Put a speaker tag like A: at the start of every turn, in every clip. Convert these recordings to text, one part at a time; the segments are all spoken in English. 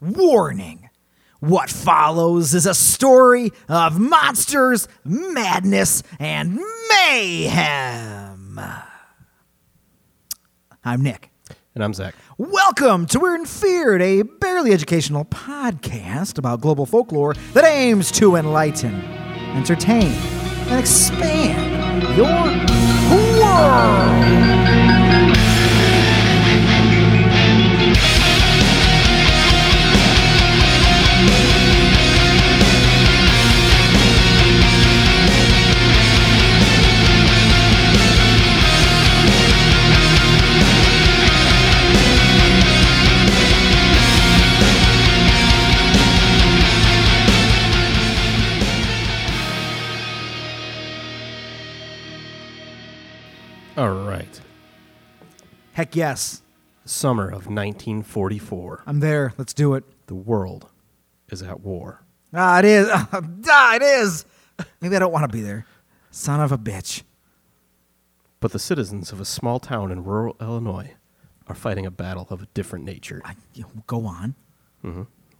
A: Warning. What follows is a story of monsters, madness, and mayhem. I'm Nick.
B: And I'm Zach.
A: Welcome to We're in Feared, a barely educational podcast about global folklore that aims to enlighten, entertain, and expand your world.
B: All right.
A: Heck yes,
B: Summer of 1944.
A: I'm there. Let's do it.
B: The world is at war.
A: Ah, it is. ah, it is. Maybe I don't want to be there. Son of a bitch.
B: But the citizens of a small town in rural Illinois are fighting a battle of a different nature.
A: I, you know, go on.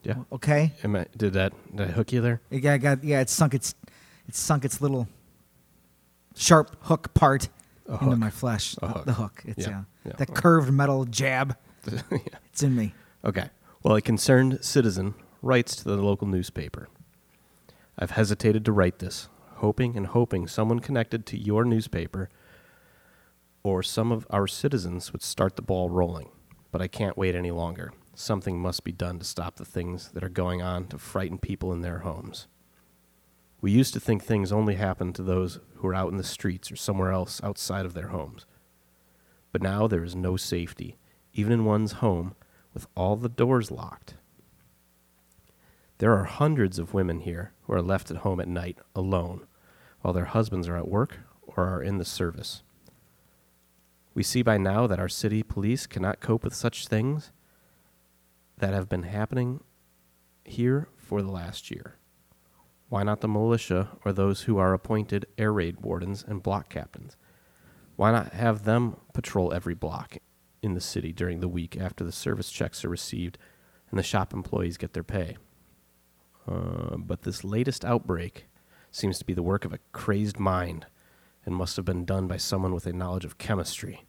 B: Yeah.
A: Okay.
B: Am I, did that did I hook you there?
A: Yeah, I got, yeah, it sunk its, it sunk its little sharp hook part
B: A
A: into
B: hook.
A: my flesh.
B: A
A: The-
B: hook.
A: The hook. It's
B: Yeah,
A: yeah.
B: yeah.
A: That curved metal jab. It's in me.
B: Okay. Well, a concerned citizen writes to the local newspaper. I've hesitated to write this, hoping and hoping someone connected to your newspaper or some of our citizens would start the ball rolling. But I can't wait any longer. Something must be done to stop the things that are going on to frighten people in their homes. We used to think things only happened to those who are out in the streets or somewhere else outside of their homes. But now there is no safety, even in one's home, with all the doors locked. There are hundreds of women here who are left at home at night alone while their husbands are at work or are in the service. We see by now that our city police cannot cope with such things that have been happening here for the last year. Why not the militia or those who are appointed air raid wardens and block captains? Why not have them patrol every block in the city during the week after the service checks are received and the shop employees get their pay? Uh, but this latest outbreak seems to be the work of a crazed mind and must have been done by someone with a knowledge of chemistry.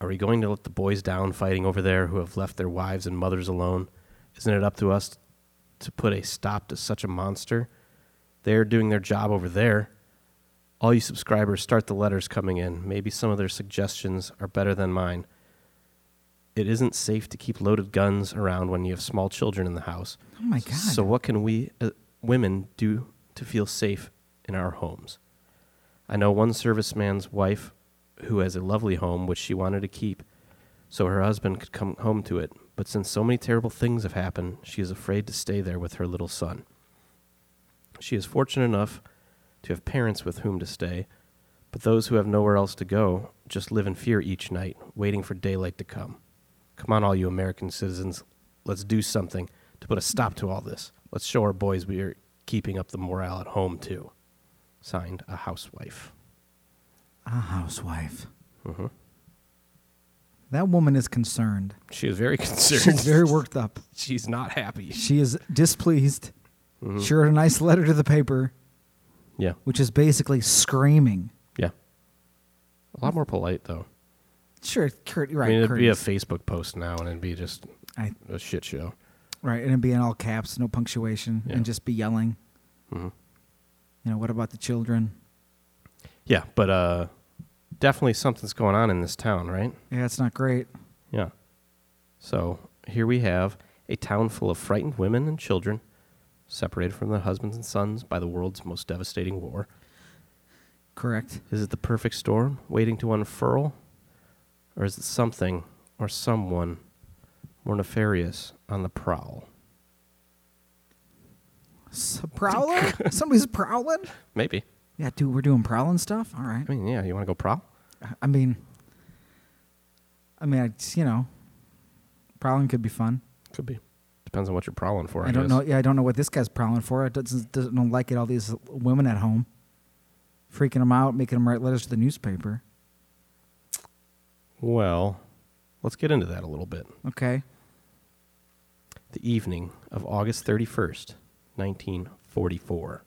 B: Are we going to let the boys down fighting over there who have left their wives and mothers alone? Isn't it up to us to put a stop to such a monster? They're doing their job over there. All you subscribers, start the letters coming in. Maybe some of their suggestions are better than mine. It isn't safe to keep loaded guns around when you have small children in the house.
A: Oh my God.
B: So what can we uh, women do to feel safe in our homes? I know one serviceman's wife who has a lovely home which she wanted to keep so her husband could come home to it, but since so many terrible things have happened, she is afraid to stay there with her little son. She is fortunate enough to have parents with whom to stay, but those who have nowhere else to go just live in fear each night, waiting for daylight to come. Come on, all you American citizens, let's do something to put a stop to all this. Let's show our boys we are keeping up the morale at home, too. Signed, a housewife.
A: A housewife.
B: hmm
A: That woman is concerned.
B: She is very concerned.
A: She's very worked up.
B: She's not happy.
A: She is displeased.
B: Mm-hmm.
A: She wrote a nice letter to the paper,
B: Yeah,
A: which is basically screaming.
B: yeah. A lot more polite, though.
A: Sure, Kurt, right.
B: I mean, it'd be a
A: courteous.
B: Facebook post now, and it'd be just
A: I-
B: a shit show.
A: right, and it'd be in all caps, no punctuation,
B: Yeah.
A: and just be yelling.
B: hmm
A: You know, what about the children?
B: Yeah, but uh, definitely something's going on in this town, right?
A: Yeah, it's not great.
B: Yeah. So here we have a town full of frightened women and children, separated from their husbands and sons by the world's most devastating war.
A: Correct.
B: Is it the perfect storm waiting to unfurl? Or is it something or someone more nefarious on the prowl?
A: S- prowler? Somebody's prowling?
B: Maybe.
A: Yeah, dude, we're doing prowling stuff. All right.
B: I mean, yeah, you want to go prowl?
A: I mean, I mean, I just, you know, prowling could be fun.
B: Could be. Depends on what you're prowling for. I,
A: I don't
B: guess.
A: know. Yeah, I don't know what this guy's prowling for. It doesn't doesn't don't like it. All these women at home, freaking them out, making them write letters to the newspaper.
B: Well, let's get into that a little bit.
A: Okay.
B: the evening of August 31st, 1944.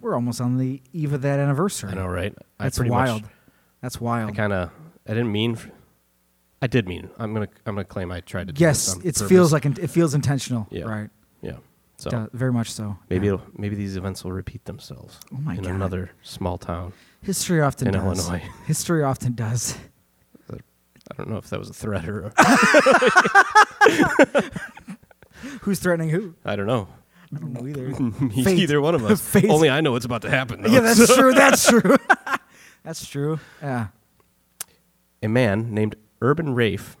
A: We're almost on the eve of that anniversary.
B: I know, right?
A: That's
B: I pretty
A: wild.
B: Much,
A: That's wild.
B: I kind of, I didn't mean, f- I did mean. I'm gonna, I'm gonna claim I tried to. do this
A: yes,
B: on
A: it
B: purpose.
A: feels like it feels intentional.
B: Yeah.
A: Right.
B: Yeah. So
A: Yeah, very much so.
B: maybe,
A: Yeah.
B: it'll, maybe these events will repeat themselves
A: Oh my
B: in
A: God.
B: another small town.
A: history often
B: in
A: does.
B: Illinois.
A: History often does.
B: I don't know if that was a threat or a-
A: Who's threatening who?
B: I don't know.
A: I don't know either.
B: Me-
A: Fate.
B: Either one of us.
A: Fate.
B: Only I know what's about to happen. Though.
A: yeah, that's true. That's true. that's true. Yeah.
B: a man named Urban Rafe.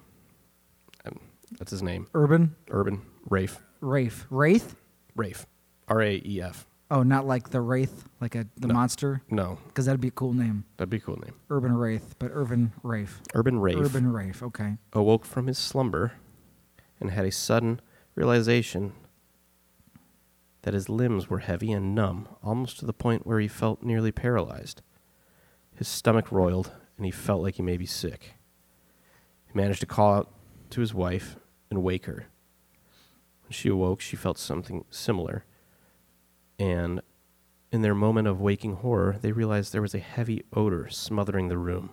B: um, That's his name.
A: Urban
B: Urban Rafe.
A: Wraith. Wraith?
B: Rafe. R A E F.
A: Oh, not like the Wraith, like a the
B: No.
A: monster,
B: No,
A: because that'd be a cool name.
B: that'd be a cool name.
A: Urban Wraith, but Urban Rafe.
B: Urban Rafe
A: Urban Rafe. Okay.
B: awoke from his slumber and had a sudden realization that his limbs were heavy and numb, almost to the point where he felt nearly paralyzed. His stomach roiled, and he felt like he may be sick. He managed to call out to his wife and wake her. When she awoke, she felt something similar. And in their moment of waking horror, they realized there was a heavy odor smothering the room.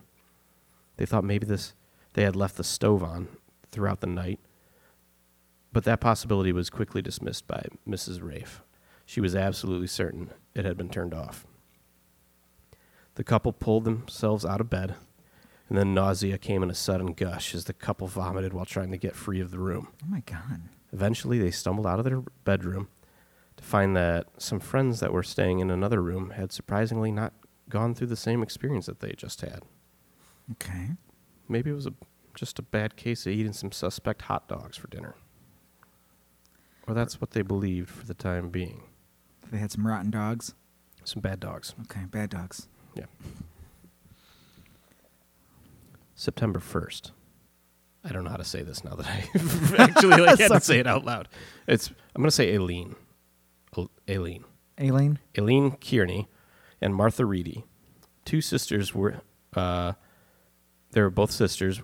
B: They thought maybe this they had left the stove on throughout the night. But that possibility was quickly dismissed by Mrs. Rafe. She was absolutely certain it had been turned off. The couple pulled themselves out of bed, and then nausea came in a sudden gush as the couple vomited while trying to get free of the room.
A: Oh my God.
B: Eventually, they stumbled out of their bedroom to find that some friends that were staying in another room had surprisingly not gone through the same experience that they just had.
A: Okay.
B: Maybe it was a, just a bad case of eating some suspect hot dogs for dinner. Or that's what they believed for the time being.
A: They had some rotten dogs.
B: Some bad dogs.
A: Okay, bad dogs.
B: Yeah. September 1st. I don't know how to say this now that I actually like, had to say it out loud. It's I'm going to say Aileen. Al- Aileen.
A: Aileen?
B: Aileen Kearney and Martha Reedy. Two sisters were, uh, they were both sisters,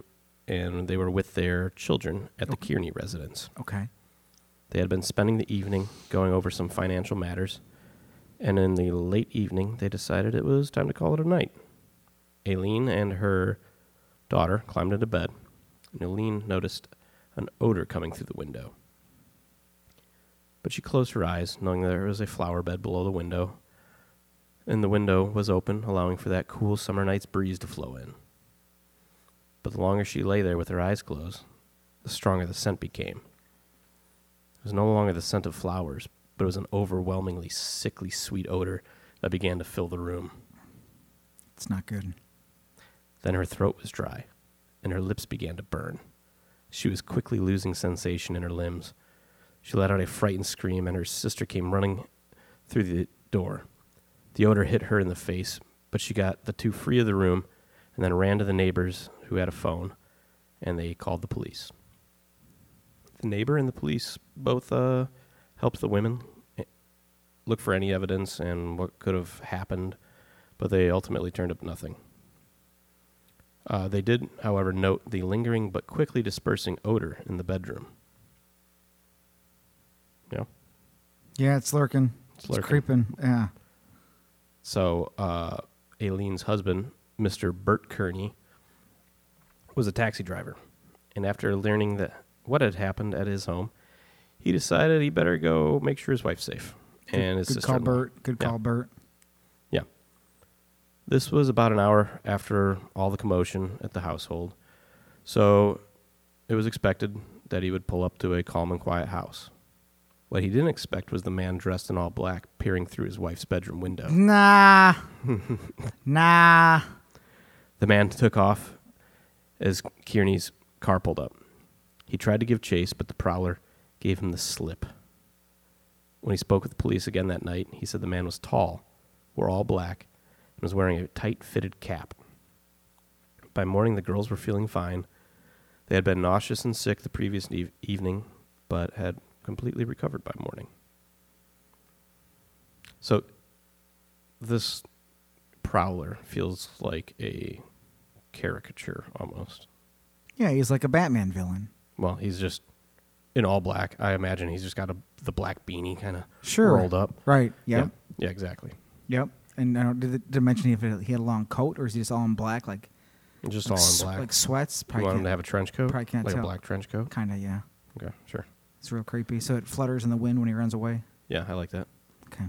B: and they were with their children at the Kearney residence.
A: Okay.
B: They had been spending the evening going over some financial matters, and in the late evening, they decided it was time to call it a night. Aileen and her daughter climbed into bed, and Aileen noticed an odor coming through the window. But she closed her eyes, knowing that there was a flower bed below the window, and the window was open, allowing for that cool summer night's breeze to flow in. But the longer she lay there with her eyes closed, the stronger the scent became. It was no longer the scent of flowers, but it was an overwhelmingly sickly sweet odor that began to fill the room.
A: It's not good.
B: Then her throat was dry, and her lips began to burn. She was quickly losing sensation in her limbs. She let out a frightened scream, and her sister came running through the door. The odor hit her in the face, but she got the two free of the room and then ran to the neighbors who had a phone, and they called the police. The neighbor and the police both uh, helped the women eh, look for any evidence and what could have happened, but they ultimately turned up nothing. Uh, they did, however, note the lingering but quickly dispersing odor in the bedroom. Yeah.
A: Yeah, it's lurking.
B: It's lurking.
A: creeping. Yeah.
B: So, uh, Aileen's husband, Mr. Bert Kearney, was a taxi driver. And after learning that what had happened at his home, he decided he better go make sure his wife's safe. And his
A: good
B: sister.
A: call, Bert. Good
B: Yeah.
A: call, Bert.
B: Yeah. This was about an hour after all the commotion at the household, so it was expected that he would pull up to a calm and quiet house. What he didn't expect was the man dressed in all black peering through his wife's bedroom window.
A: Nah. nah.
B: The man took off as Kearney's car pulled up. He tried to give chase, but the prowler gave him the slip. When he spoke with the police again that night, he said the man was tall, wore all black, and was wearing a tight fitted cap. By morning, the girls were feeling fine. They had been nauseous and sick the previous eve- evening, but had completely recovered by morning. So, this prowler feels like a caricature almost.
A: Yeah, he's like a Batman villain.
B: Well, he's just in all black. I imagine he's just got a, the black beanie kind of
A: Sure.
B: rolled up.
A: Right. Yep.
B: Yeah. Yeah, exactly.
A: Yep. And I don't, did, it- did it mention if it- he had a long coat or is he just all in black, like
B: Just
A: like
B: all in
A: sw-
B: black.
A: like sweats?
B: you want him
A: can't-
B: to have a trench coat?
A: probably can't
B: like
A: tell.
B: a black trench coat?
A: Kinda, yeah.
B: Okay, sure.
A: It's real creepy. So it flutters in the wind when he runs away.
B: Yeah, I like that.
A: Okay.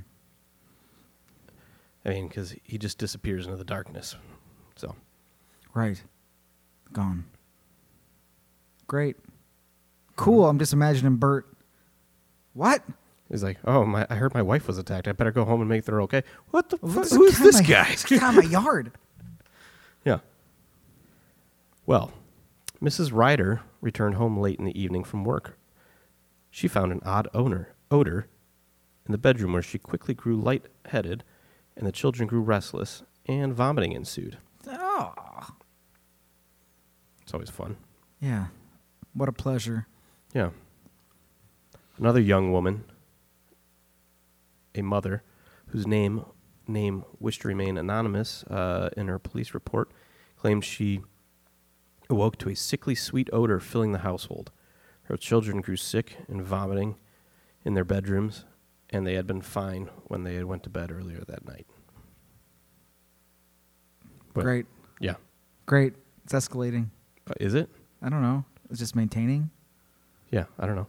B: I mean, because he just disappears into the darkness. So,
A: Right. Gone. Great. Cool. I'm just imagining Bert. What?
B: He's like, "Oh, my! I heard my wife was attacked. I better go home and make sure okay." What the?
A: What's
B: Fu- who's
A: the
B: this
A: guy
B: guy?
A: Get out of my yard.
B: yeah. Well, Mrs. Ryder returned home late in the evening from work. She found an odd owner, odor in the bedroom where she quickly grew lightheaded, and the children grew restless, and vomiting ensued.
A: Oh.
B: It's always fun.
A: Yeah. What a pleasure.
B: Yeah. Another young woman, a mother, whose name name wished to remain anonymous, uh, in her police report, claimed she awoke to a sickly sweet odor filling the household. Her children grew sick and vomiting in their bedrooms, and they had been fine when they had went to bed earlier that night. But-
A: Great.
B: Yeah.
A: Great. It's escalating.
B: Uh, is it?
A: I don't know. It's just maintaining.
B: Yeah, I don't know.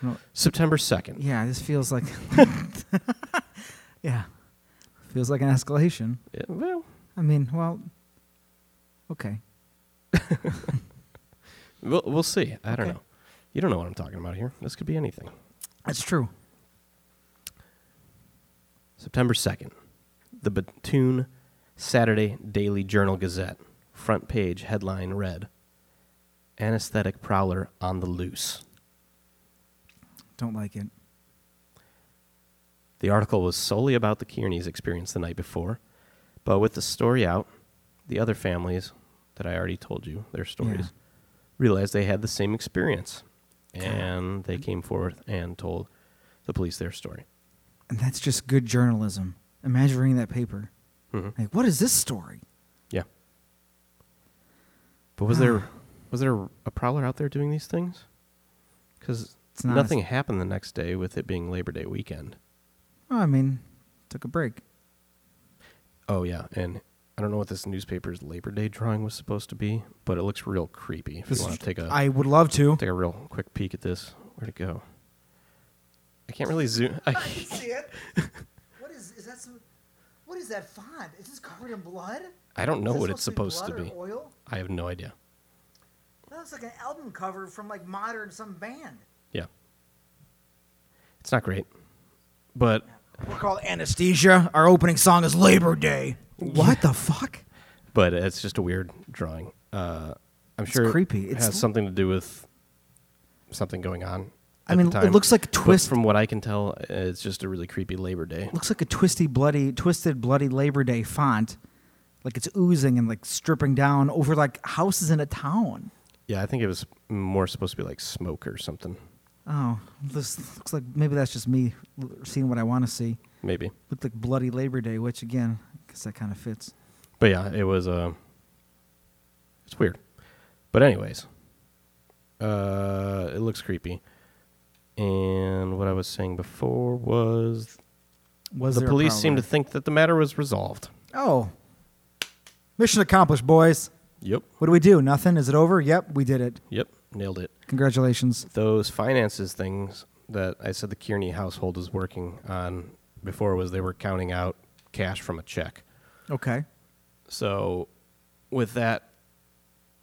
A: No,
B: September 2nd.
A: yeah, this feels like. yeah. Feels like an escalation.
B: Yeah, well,
A: I mean, well, okay.
B: We'll, we'll see. I don't
A: Okay.
B: know. You don't know what I'm talking about here. This could be anything.
A: That's true.
B: September 2nd, the Batoon Saturday Daily Journal Gazette, front page headline read Anesthetic Prowler on the Loose.
A: Don't like it.
B: The article was solely about the Kearney's experience the night before, but with the story out, the other families that I already told you their stories
A: Yeah.
B: realized they had the same experience. And they came forth and told the police their story.
A: And that's just good journalism. Imagine reading that paper.
B: Mhm.
A: Like, what is this story?
B: Yeah. But was there was there a prowler out there doing these things? Because
A: It's not
B: nothing
A: as-
B: happened the next day with it being Labor Day weekend.
A: Oh, I mean, took a break.
B: Oh yeah, and I don't know what this newspaper's Labor Day drawing was supposed to be, but it looks real creepy. If
A: This
B: you want
A: is-
B: to take a
A: I would love to.
B: take a real quick peek at this, where'd it go? I can't really zoom. I,
A: see it. What is, is that some, what is that font? Is this covered in blood?
B: I don't know what it's supposed to be.
A: oil?
B: I have no idea.
A: That looks like an album cover from like modern some band.
B: Yeah, it's not great, but
A: We're called Anesthesia. Our opening song is Labor Day. What the fuck?
B: but it's just a weird drawing. Uh, I'm sure it
A: creepy. It's
B: has
A: l-
B: something to do with something going on.
A: I
B: at
A: mean,
B: the
A: it
B: time.
A: looks like a
B: But
A: twist.
B: from what I can tell, it's just a really creepy Labor Day.
A: Looks like a twisty, bloody, twisted, bloody Labor Day font. Like it's oozing and like stripping down over like houses in a town.
B: Yeah, I think it was more supposed to be like smoke or something.
A: Oh, this looks like maybe that's just me l- seeing what I want to see.
B: Maybe,
A: Looked like bloody Labor Day, which again, I guess that kind of fits.
B: but yeah, it was. Uh, it's weird, but anyways, uh, it looks creepy. And what I was saying before was
A: Was
B: the
A: there a
B: police seemed to
A: prowler?
B: think that the matter was resolved.
A: Oh, mission accomplished, boys.
B: Yep.
A: What do we do? Nothing. Is it over? Yep, we did it.
B: Yep. Nailed it.
A: Congratulations.
B: those finances things that I said the Kearney household was working on before was they were counting out cash from a check.
A: Okay.
B: So, with that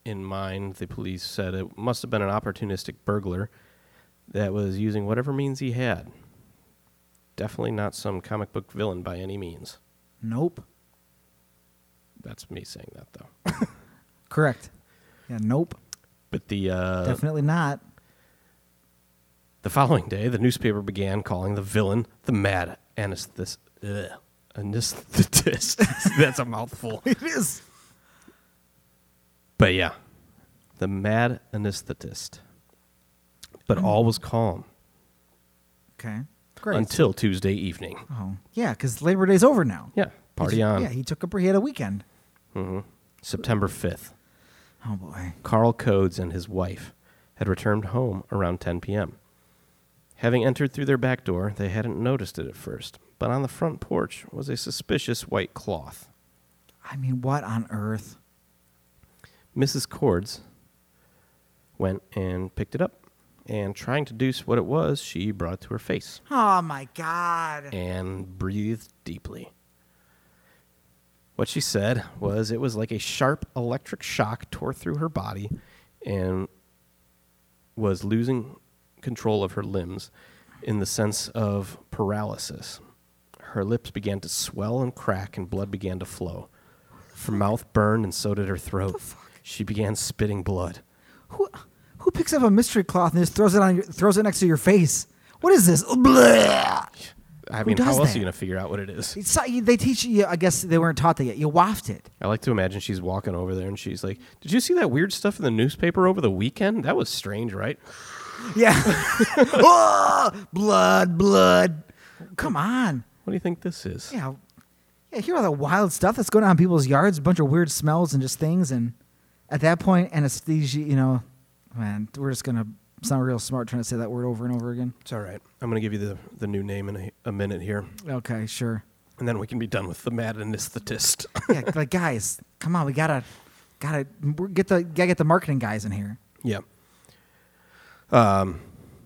B: in mind, the police said it must have been an opportunistic burglar that was using whatever means he had. Definitely not some comic book villain by any means.
A: Nope.
B: That's me saying that though.
A: Correct. Yeah, nope.
B: But the uh,
A: Definitely not.
B: The following day, the newspaper began calling the villain the mad anesthetist. Ugh, anesthetist. That's a mouthful.
A: It is.
B: But yeah, the mad anesthetist. But all was calm
A: Okay. Great.
B: until Tuesday evening.
A: oh, yeah, because Labor Day's over now.
B: Yeah, party on.
A: Yeah, he took a break. He had a weekend.
B: September 5th.
A: Oh boy.
B: Carl Codes and his wife had returned home around 10 p.m. Having entered through their back door, they hadn't noticed it at first, but on the front porch was a suspicious white cloth.
A: I mean, what on earth?
B: Mrs. Cords went and picked it up, and trying to deduce what it was, she brought it to her face
A: Oh my God.
B: and breathed deeply. What she said was it was like a sharp electric shock tore through her body and was losing control of her limbs in the sense of paralysis. Her lips began to swell and crack, and blood began to flow. Her mouth burned, and so did her throat. She began spitting blood.
A: Who who picks up a mystery cloth and just throws it on your, throws it next to your face? What is this? Blah!
B: I
A: Who
B: mean, how
A: does
B: else are
A: that?
B: you going to figure out what it is?
A: It's, they teach you. I guess they weren't taught that yet. You waft it.
B: I like to imagine she's walking over there and she's like, Did you see that weird stuff in the newspaper over the weekend? That was strange, right?
A: Yeah. oh, blood, blood. Come on.
B: What do you think this is?
A: Yeah. Yeah, hear all the wild stuff that's going on in people's yards, a bunch of weird smells and just things. And at that point, anesthesia, you know, man, we're just going to sound real smart trying to say that word over and over again.
B: It's all right. I'm going to give you the, the new name in a, a minute here,
A: Okay, sure.
B: and then we can be done with the mad anesthetist.
A: Yeah, like guys, come on, we gotta, gotta we're- get the gotta get the marketing guys in here.
B: yeah. Um,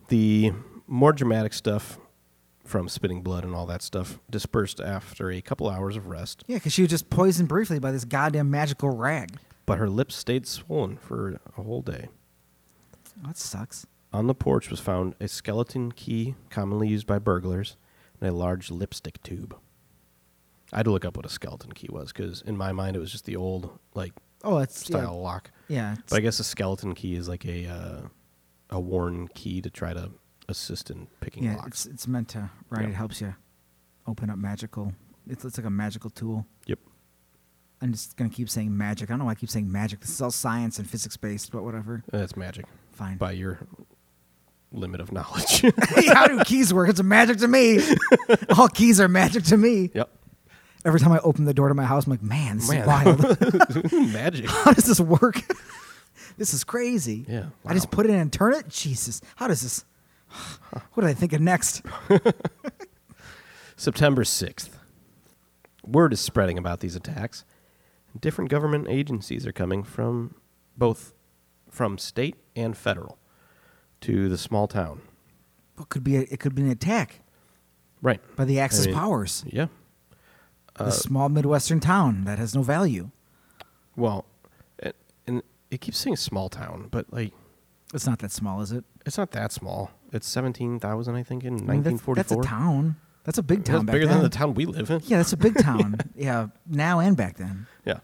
B: the more dramatic stuff from spitting blood and all that stuff dispersed after a couple hours of rest,
A: Yeah, because she was just poisoned briefly by this goddamn magical rag.
B: but her lips stayed swollen for a whole day.
A: Oh, That sucks.
B: On the porch was found a skeleton key commonly used by burglars and a large lipstick tube. I had to look up what a skeleton key was because in my mind it was just the old like
A: Oh, it's
B: style lock.
A: Yeah, yeah it's-
B: But I guess a skeleton key is like a uh, a worn key to try to assist in picking
A: yeah, it's
B: locks.
A: it's meant to right.
B: Yeah.
A: It helps you open up magical. It's it's like a magical tool.
B: Yep.
A: I'm just gonna keep saying magic. I don't know why I keep saying magic. This is all science and physics based, but whatever.
B: That's magic
A: Fine.
B: by your limit of knowledge.
A: How do keys work? It's magic to me. all keys are magic to me.
B: yep.
A: Every time I open the door to my house, I'm like, man, this
B: Man.
A: is wild.
B: magic.
A: how does this work? this is crazy.
B: Yeah,
A: I just
B: wow.
A: put it in and turn it. Jesus. How does this? What did I think of next?
B: September 6th. Word is spreading about these attacks. Different government agencies are coming from both from state and federal to the small town.
A: What could be? A, it could be an attack
B: Right.
A: by the Axis
B: mean- uh,
A: powers.
B: Yeah.
A: the small Midwestern town that has no value.
B: Well, it, and it keeps saying small town, but like
A: It's not that small, is it?
B: it's not that small. It's 17,000 I think in
A: I mean, that's-
B: 1944.
A: That's, a town. That's a big
B: That's
A: town. back
B: bigger
A: then.
B: than the town we live in.
A: Yeah, that's a big town. yeah, now and back then.
B: Yeah.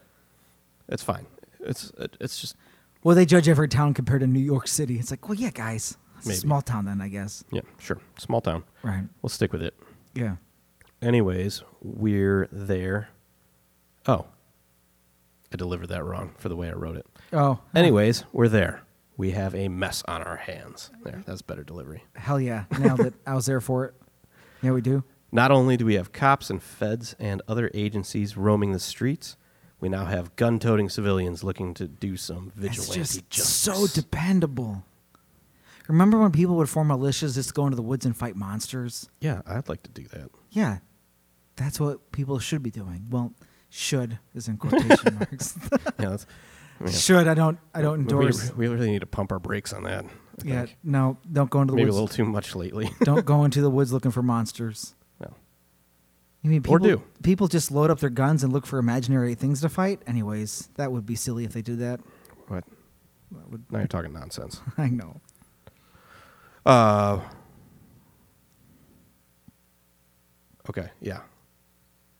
B: It's fine. It's it, it's just
A: Well, they judge every town compared to New York City. It's like, well, yeah, guys, it's
B: Maybe.
A: a small town then, I guess.
B: yeah, sure. Small town.
A: Right.
B: We'll stick with it.
A: Yeah.
B: Anyways, we're there. Oh, I delivered that wrong for the way I wrote it.
A: Oh,
B: Anyways, we're there. We have a mess on our hands. There, that's better delivery.
A: hell yeah! Nailed it. I was there for it. Yeah, we do.
B: Not only do we have cops and feds and other agencies roaming the streets, we now have gun toting civilians looking to do some
A: It's
B: vigilante
A: just
B: justice.
A: so dependable. Remember when people would form militias just to go into the woods and fight monsters?
B: yeah, I'd like to do that.
A: Yeah, that's what people should be doing. Well, should is in quotation marks.
B: Yeah, that's, yeah.
A: Should I don't I don't
B: We-
A: endorse.
B: We, really need to pump our brakes on that. I
A: yeah,
B: think.
A: no, don't go into the
B: maybe a
A: woods.
B: little too much lately.
A: don't go into the woods looking for monsters.
B: well,
A: You mean people,
B: Or do.
A: people just load up their guns and look for imaginary things to fight? Anyways, that would be silly if they did that.
B: what?
A: That would
B: Now you're talking nonsense.
A: I know.
B: Uh. Okay. Yeah.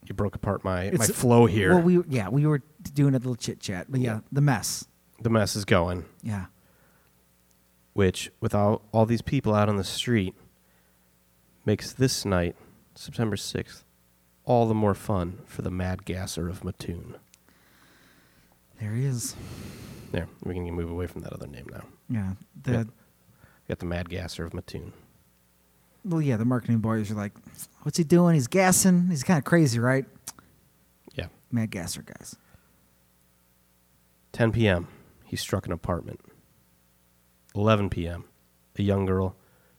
B: You broke apart my my
A: It's-
B: flow here.
A: Well, we yeah we were doing a little chit chat, but yeah,
B: Yeah.
A: the mess.
B: the mess is going.
A: Yeah,
B: Which, with all, all these people out on the street, makes this night, September 6th, all the more fun for the mad gasser of Mattoon.
A: there he is.
B: There, we can move away from that other name now.
A: Yeah, the
B: Yeah. Got the mad gasser of Mattoon.
A: well yeah the marketing boys are like, what's he doing? He's gassing. He's kind of crazy, right?
B: Yeah.
A: Mad gasser guys.
B: 10 p.m., he struck an apartment. 11 p.m., a young girl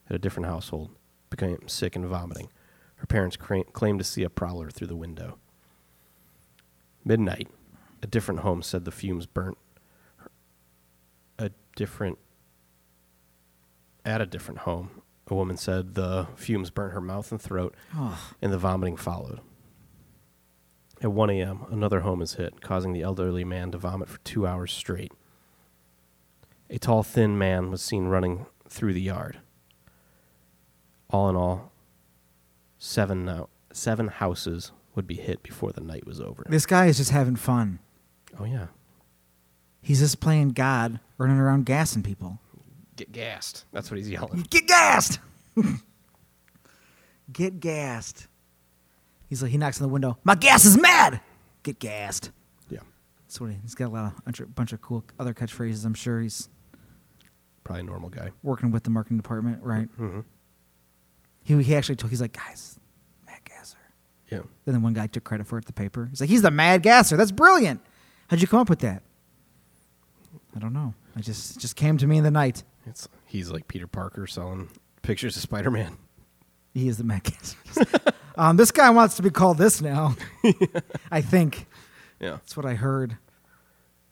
B: at a different household, became sick and vomiting. Her parents cra- claimed to see a prowler through the window. Midnight, a different home said the fumes burnt. her- A different, at a different home, a woman said the fumes burnt her mouth and throat,
A: Oh,
B: and the vomiting followed. At 1 a.m., another home is hit, causing the elderly man to vomit for two hours straight. A tall, thin man was seen running through the yard. All in all, seven, no, seven houses would be hit before the night was over.
A: this guy is just having fun.
B: Oh, yeah.
A: He's just playing God, running around gassing people.
B: Get gassed. That's what he's yelling.
A: Get gassed. Get gassed. He's like he knocks on the window. My gas is mad. Get gassed.
B: Yeah.
A: That's what he, he's got a lot of bunch, of bunch of cool other catchphrases. I'm sure he's
B: Probably a normal guy.
A: working with the marketing department, right?
B: Mm-hmm.
A: He he actually told he's like guys, Matt Gasser.
B: Yeah.
A: And then one guy took credit for it, the paper. He's like, he's the mad gasser. That's brilliant. How'd you come up with that? I don't know. I just it just came to me in the night.
B: It's, he's like Peter Parker selling pictures of Spider Man.
A: He is the mad gasser. um, this guy wants to be called this now. I think
B: Yeah.
A: that's what I heard.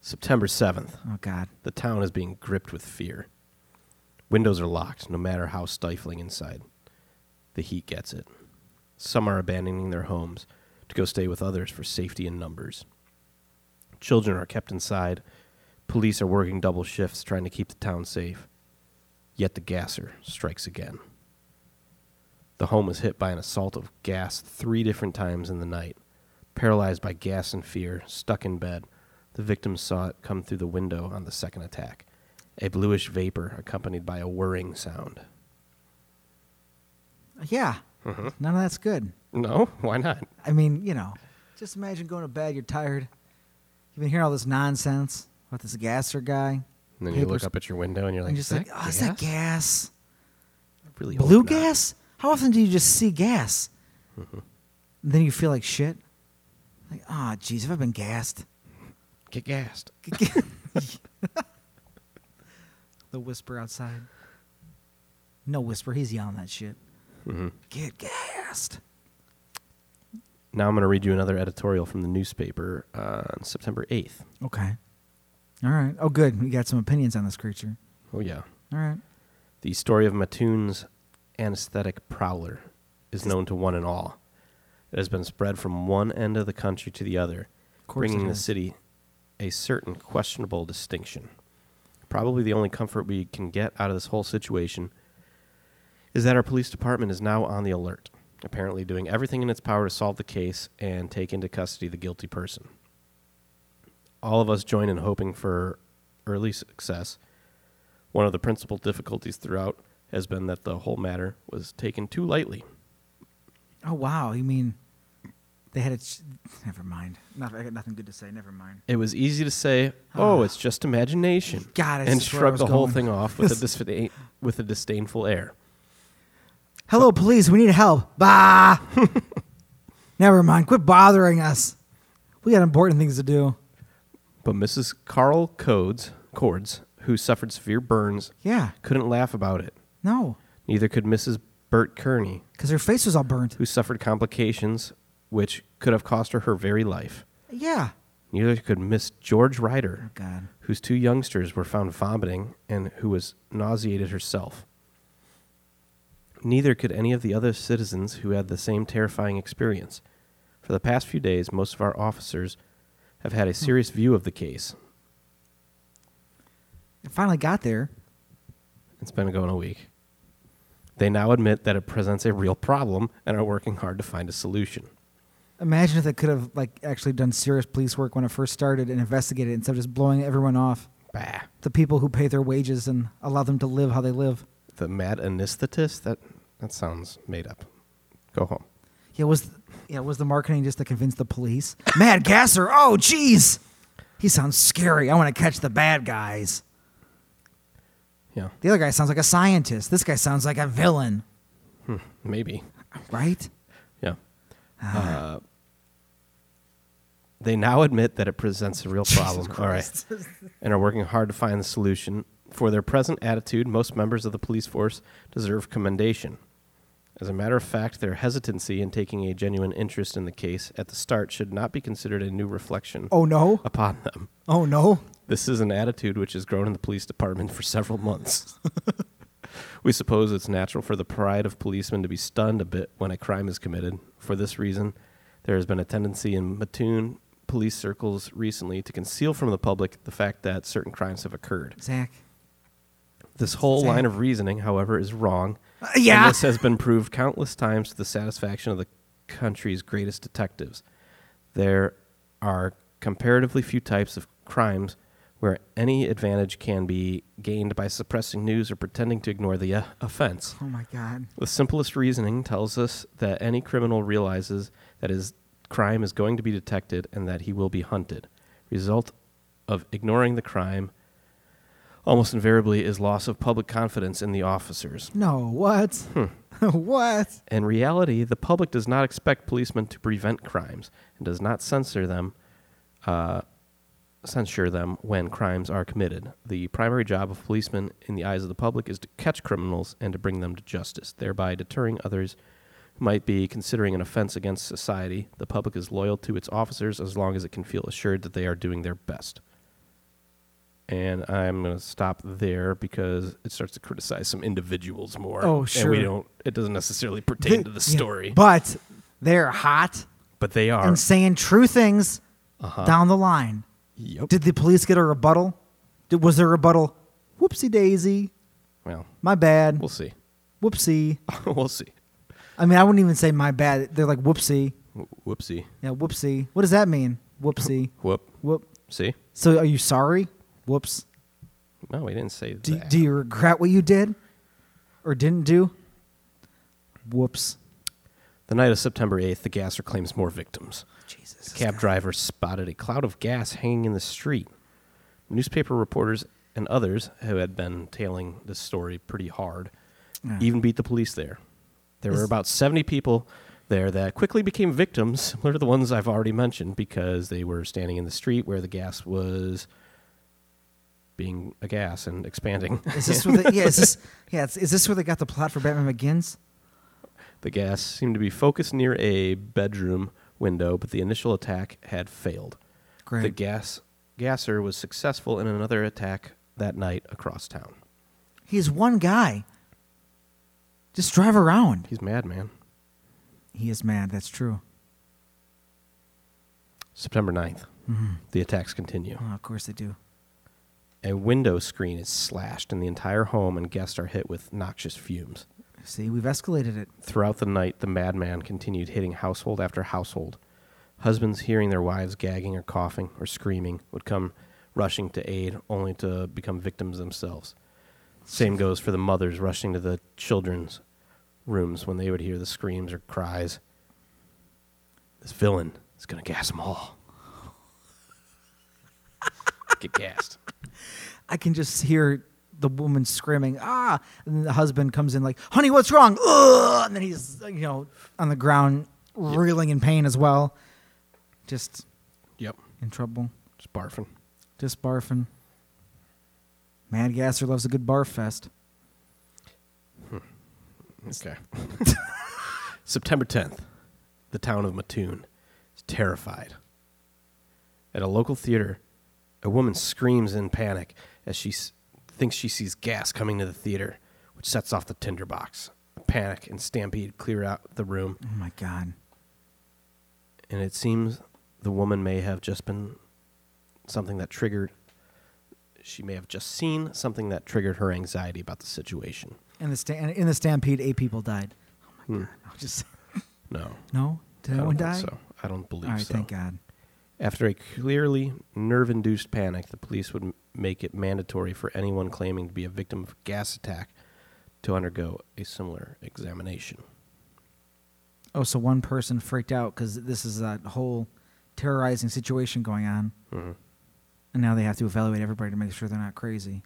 B: September 7th.
A: Oh God.
B: The town is being gripped with fear. Windows are locked, no matter how stifling inside. The heat gets it. Some are abandoning their homes to go stay with others for safety in numbers. Children are kept inside. Police are working double shifts trying to keep the town safe. Yet the gasser strikes again. The home was hit by an assault of gas three different times in the night. Paralyzed by gas and fear, stuck in bed, the victim saw it come through the window on the second attack a bluish vapor accompanied by a whirring sound.
A: Yeah.
B: Uh-huh.
A: None of that's good.
B: No, why not?
A: I mean, you know, just imagine going to bed. You're tired. You've been hearing all this nonsense about this gasser guy.
B: And then you look
A: Papers-
B: up at your window and you're like,
A: and you're just like,
B: that
A: oh, is that
B: gas?
A: gas?
B: I Really hope
A: Blue
B: not." Mm-hmm.
A: gas? How often do you just see gas? And then you feel like shit. Like, ah, oh, jeez, have I been gassed?
B: Get gassed.
A: the whisper outside. No whisper. He's yelling that shit.
B: Mm-hmm.
A: Get gassed.
B: Now I'm going to read you another editorial from the newspaper on September 8th.
A: Okay. All right. Oh, good. We got some opinions on this creature.
B: Oh, yeah.
A: All right.
B: The story of Mattoon's anesthetic prowler is known to one and all. It has been spread from one end of the country to the other,
A: Of course
B: bringing
A: it
B: the
A: is.
B: city a certain questionable distinction. Probably the only comfort we can get out of this whole situation is that our police department is now on the alert, apparently doing everything in its power to solve the case and take into custody the guilty person. All of us join in hoping for early success. One of the principal difficulties throughout has been that the whole matter was taken too lightly.
A: Oh wow. You mean they had a? Ch- Never mind. Not, I got nothing good to say. Never mind.
B: It was easy to say, "Oh, it's just imagination,"
A: God, I
B: and
A: just where I
B: shrug
A: was
B: the whole
A: going.
B: thing off with a, disf- with a disdainful air.
A: Hello, police. We need help. Bah. Never mind. Quit bothering us. We got important things to do.
B: But Mrs. Carl Codes, Cords, who suffered severe burns,
A: Yeah.
B: couldn't laugh about it.
A: No.
B: Neither could Mrs. Bert Kearney,
A: Because her face was all burnt.
B: who suffered complications which could have cost her her very life.
A: Yeah.
B: Neither could Miss George Ryder,
A: Oh, God.
B: whose two youngsters were found vomiting and who was nauseated herself. Neither could any of the other citizens who had the same terrifying experience. For the past few days, most of our officers have had a serious view of the case.
A: It finally got there.
B: It's been going a week. They now admit that it presents a real problem and are working hard to find a solution.
A: Imagine if they could have like actually done serious police work when it first started and investigated instead of just blowing everyone off.
B: Bah.
A: The people who pay their wages and allow them to live how they live.
B: The mad anesthetist? That, that sounds made up. Go home.
A: Yeah, was yeah, was the marketing just to convince the police? Mad Gasser, oh jeez. He sounds scary. I want to catch the bad guys.
B: Yeah,
A: The other guy sounds like a scientist. This guy sounds like a villain.
B: maybe.
A: Right?
B: Yeah.
A: Ah.
B: Uh, they now admit that it presents a real problem. All right. And are working hard to find the solution For their present attitude, most members of the police force deserve commendation. As a matter of fact, their hesitancy in taking a genuine interest in the case at the start should not be considered a new reflection
A: Oh no!
B: upon them.
A: Oh no!
B: This is an attitude which has grown in the police department for several months. we suppose it's natural for the pride of policemen to be stunned a bit when a crime is committed. For this reason, there has been a tendency in Mattoon police circles recently to conceal from the public the fact that certain crimes have occurred.
A: Zach.
B: This whole
A: Zach.
B: line of reasoning, however, is wrong.
A: Uh, yeah.
B: And this has been proved countless times to the satisfaction of the country's greatest detectives. There are comparatively few types of crimes where any advantage can be gained by suppressing news or pretending to ignore the uh, offense.
A: Oh my god.
B: The simplest reasoning tells us that any criminal realizes that his crime is going to be detected and that he will be hunted. Result of ignoring the crime almost invariably is loss of public confidence in the officers.
A: No. What?
B: Hmm.
A: what?
B: In reality, the public does not expect policemen to prevent crimes and does not censor them, uh, censure them when crimes are committed. The primary job of policemen in the eyes of the public is to catch criminals and to bring them to justice, thereby deterring others who might be considering an offense against society. The public is loyal to its officers as long as it can feel assured that they are doing their best. And I'm going to stop there because it starts to criticize some individuals more.
A: Oh,
B: And
A: sure.
B: we don't it doesn't necessarily pertain to the
A: Yeah,
B: story, but,
A: but they're hot
B: they are. Uh-huh.
A: and saying true things down the line.
B: Yep.
A: Did the police get a rebuttal? Did, was there a rebuttal? Whoopsie daisy.
B: well,
A: My bad.
B: we'll see.
A: Whoopsie.
B: we'll see.
A: I mean, I wouldn't even say my bad. They're like whoopsie.
B: Wh- Whoopsie.
A: Yeah, whoopsie. What does that mean? Whoopsie.
B: Whoop.
A: Whoop.
B: See?
A: So are you sorry? Whoops.
B: No, we didn't say
A: Do,
B: that.
A: do you regret what you did or didn't do? Whoops.
B: the night of September 8th, the gasser claims more victims.
A: Jesus.
B: Cab driver spotted a cloud of gas hanging in the street. Newspaper reporters and others who had been tailing this story pretty hard
A: Yeah.
B: even beat the police there. There were
A: Is-
B: about 70 people there that quickly became victims, similar to the ones I've already mentioned, because they were standing in the street where the gas was being a gas and expanding.
A: Is this where they, yeah, is this yeah, it's, is this where they got the plot for Batman Begins?
B: The gas seemed to be focused near a bedroom window, but the initial attack had failed.
A: Great.
B: The gas gasser was successful in another attack that night across town.
A: He's one guy. Just drive around.
B: He's mad, man.
A: He is mad. That's true.
B: September 9th. The attacks continue.
A: Oh, Mm-hmm. of course they do.
B: A window screen is slashed, and the entire home and guests are hit with noxious fumes.
A: See, we've escalated it.
B: Throughout the night, the madman continued hitting household after household. Husbands, hearing their wives gagging or coughing or screaming, would come rushing to aid, only to become victims themselves. Same goes for the mothers rushing to the children's rooms when they would hear the screams or cries. This villain is going to gas them all. Get gassed.
A: I can just hear the woman screaming, ah! And then the husband comes in like, honey, what's wrong? Ugh! And then he's, you know, on the ground, reeling in pain as well. Just
B: Yep.
A: in trouble.
B: Just barfing.
A: Just barfing. Mad Gasser loves a good barf fest.
B: Okay. September 10th, the town of Mattoon is terrified. At a local theater, a woman screams in panic as she s- thinks she sees gas coming to the theater, which sets off the tinderbox. A panic and stampede clear out the room,
A: Oh my God.
B: and it seems the woman may have just been something that triggered. She may have just seen something that triggered her anxiety about the situation. Hmm.
A: In the, sta- in the stampede, eight people died. Oh my God. I'll just,
B: No,
A: no? Did
B: I don't
A: anyone
B: think
A: die?
B: so. I don't believe
A: All right,
B: so.
A: thank God.
B: After a clearly nerve induced panic, the police would m- make it mandatory for anyone claiming to be a victim of a gas attack to undergo a similar examination.
A: Oh, so one person freaked out because this is a whole terrorizing situation going on.
B: Mm-hmm.
A: And now they have to evaluate everybody to make sure they're not crazy.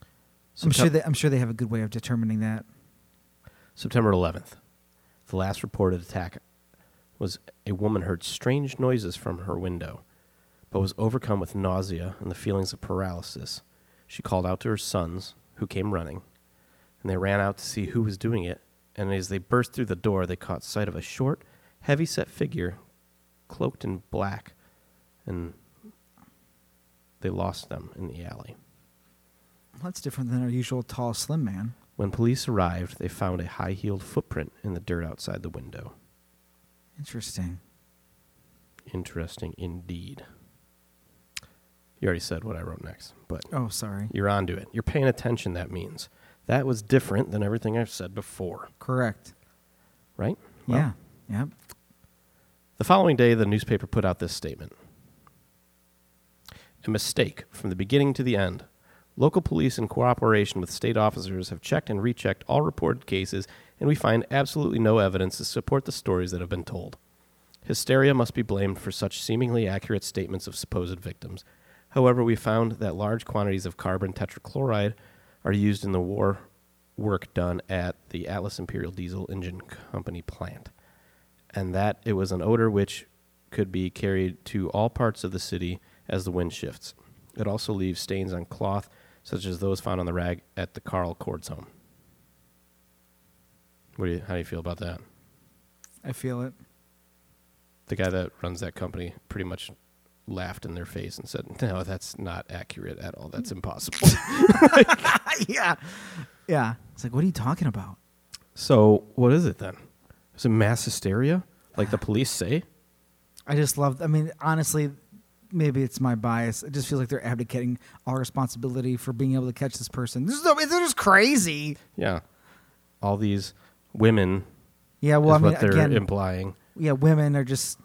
A: I'm
B: Septem-
A: sure they, I'm sure they have a good way of determining that.
B: September 11th. The last reported attack was a woman heard strange noises from her window, but was overcome with nausea and the feelings of paralysis. She called out to her sons, who came running, and they ran out to see who was doing it. And as they burst through the door, they caught sight of a short, heavy set figure cloaked in black, and they lost them in the alley.
A: Well, that's different than our usual tall, slim man.
B: When police arrived, they found a high heeled footprint in the dirt outside the window.
A: Interesting.
B: Interesting indeed. You already said what I wrote next, but
A: Oh, sorry.
B: you're onto it. You're paying attention, that means. That was different than everything I've said before,
A: Correct.
B: right?
A: yeah. Yep.
B: The following day, the newspaper put out this statement A mistake from the beginning to the end. Local police, in cooperation with state officers, have checked and rechecked all reported cases, and we find absolutely no evidence to support the stories that have been told. Hysteria must be blamed for such seemingly accurate statements of supposed victims. However, we found that large quantities of carbon tetrachloride are used in the war work done at the Atlas Imperial Diesel Engine Company plant and that it was an odor which could be carried to all parts of the city as the wind shifts. It also leaves stains on cloth, such as those found on the rag at the Carl Cords home. What do you, how do you feel about that?
A: I feel it.
B: The guy that runs that company pretty much laughed in their face and said, "No, that's not accurate at all. That's impossible."
A: yeah. Yeah. It's like, what are you talking about?
B: so, what is it then? Is it mass hysteria, like the police say?
A: I just love. I mean, honestly, maybe it's my bias. It just feels like they're abdicating all responsibility for being able to catch this person. This is they're just crazy.
B: Yeah, all these women
A: Yeah. Well, I
B: is
A: mean,
B: what they're
A: again,
B: implying.
A: yeah, women are just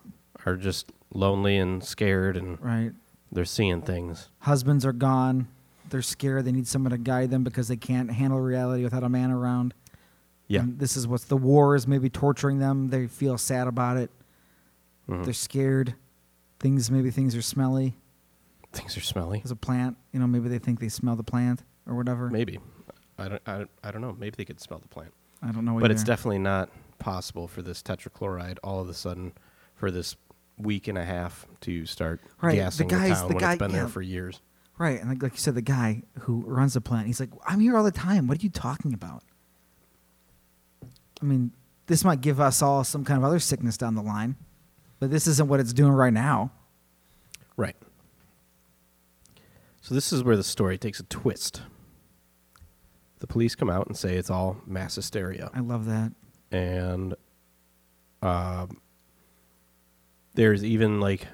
B: are just lonely and scared and
A: right.
B: they're seeing things.
A: Husbands are gone. They're scared. They need someone to guide them because they can't handle reality without a man around.
B: Yeah.
A: And this is what's the war is maybe torturing them. They feel sad about it.
B: Mhm.
A: They're scared. Things maybe things are smelly.
B: Things are smelly.
A: There's a plant. You know, maybe they think they smell the plant or whatever.
B: Maybe. I don't, I, don't- I don't know. Maybe they could smell the plant.
A: I don't know.
B: But it's
A: either.
B: definitely not possible for this tetrachloride all of a sudden for this week and a half to start
A: Right, the
B: gassing the,
A: guys-
B: town
A: the
B: when
A: guy-
B: it's been
A: yeah.
B: there for years.
A: Right, and like, like you said, the guy who runs the plant, he's like, "I'm here all the time. What are you talking about?" I mean, this might give us all some kind of other sickness down the line, but this isn't what it's doing right now.
B: Right. So this is where the story takes a twist. The police come out and say it's all mass hysteria.
A: I love that.
B: and um, there's even like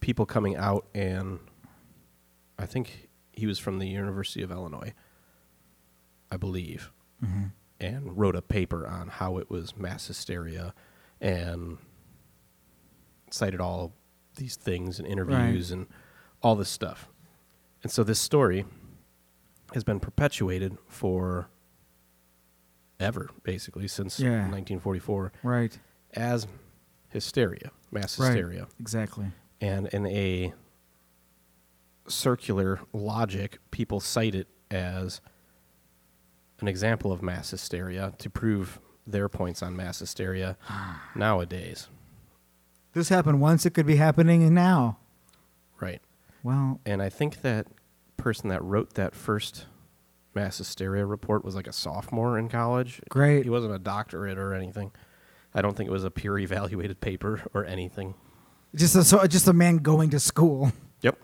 B: people coming out and i think he was from the university of illinois i believe and wrote a paper on how it was mass hysteria and cited all these things and interviews and all this stuff and so this story has been perpetuated for ever basically since
A: Yeah.
B: 1944
A: Right,
B: as hysteria, mass
A: Right.
B: hysteria,
A: exactly.
B: and in a circular logic, people cite it as an example of mass hysteria to prove their points on mass hysteria nowadays,
A: This happened once; it could be happening now.
B: right?
A: Well,
B: And I think that person that wrote that first mass hysteria report was like a sophomore in college.
A: Great.
B: He wasn't a doctorate or anything. I don't think it was a peer evaluated paper or anything.
A: just a, so just a man going to school.
B: Yep.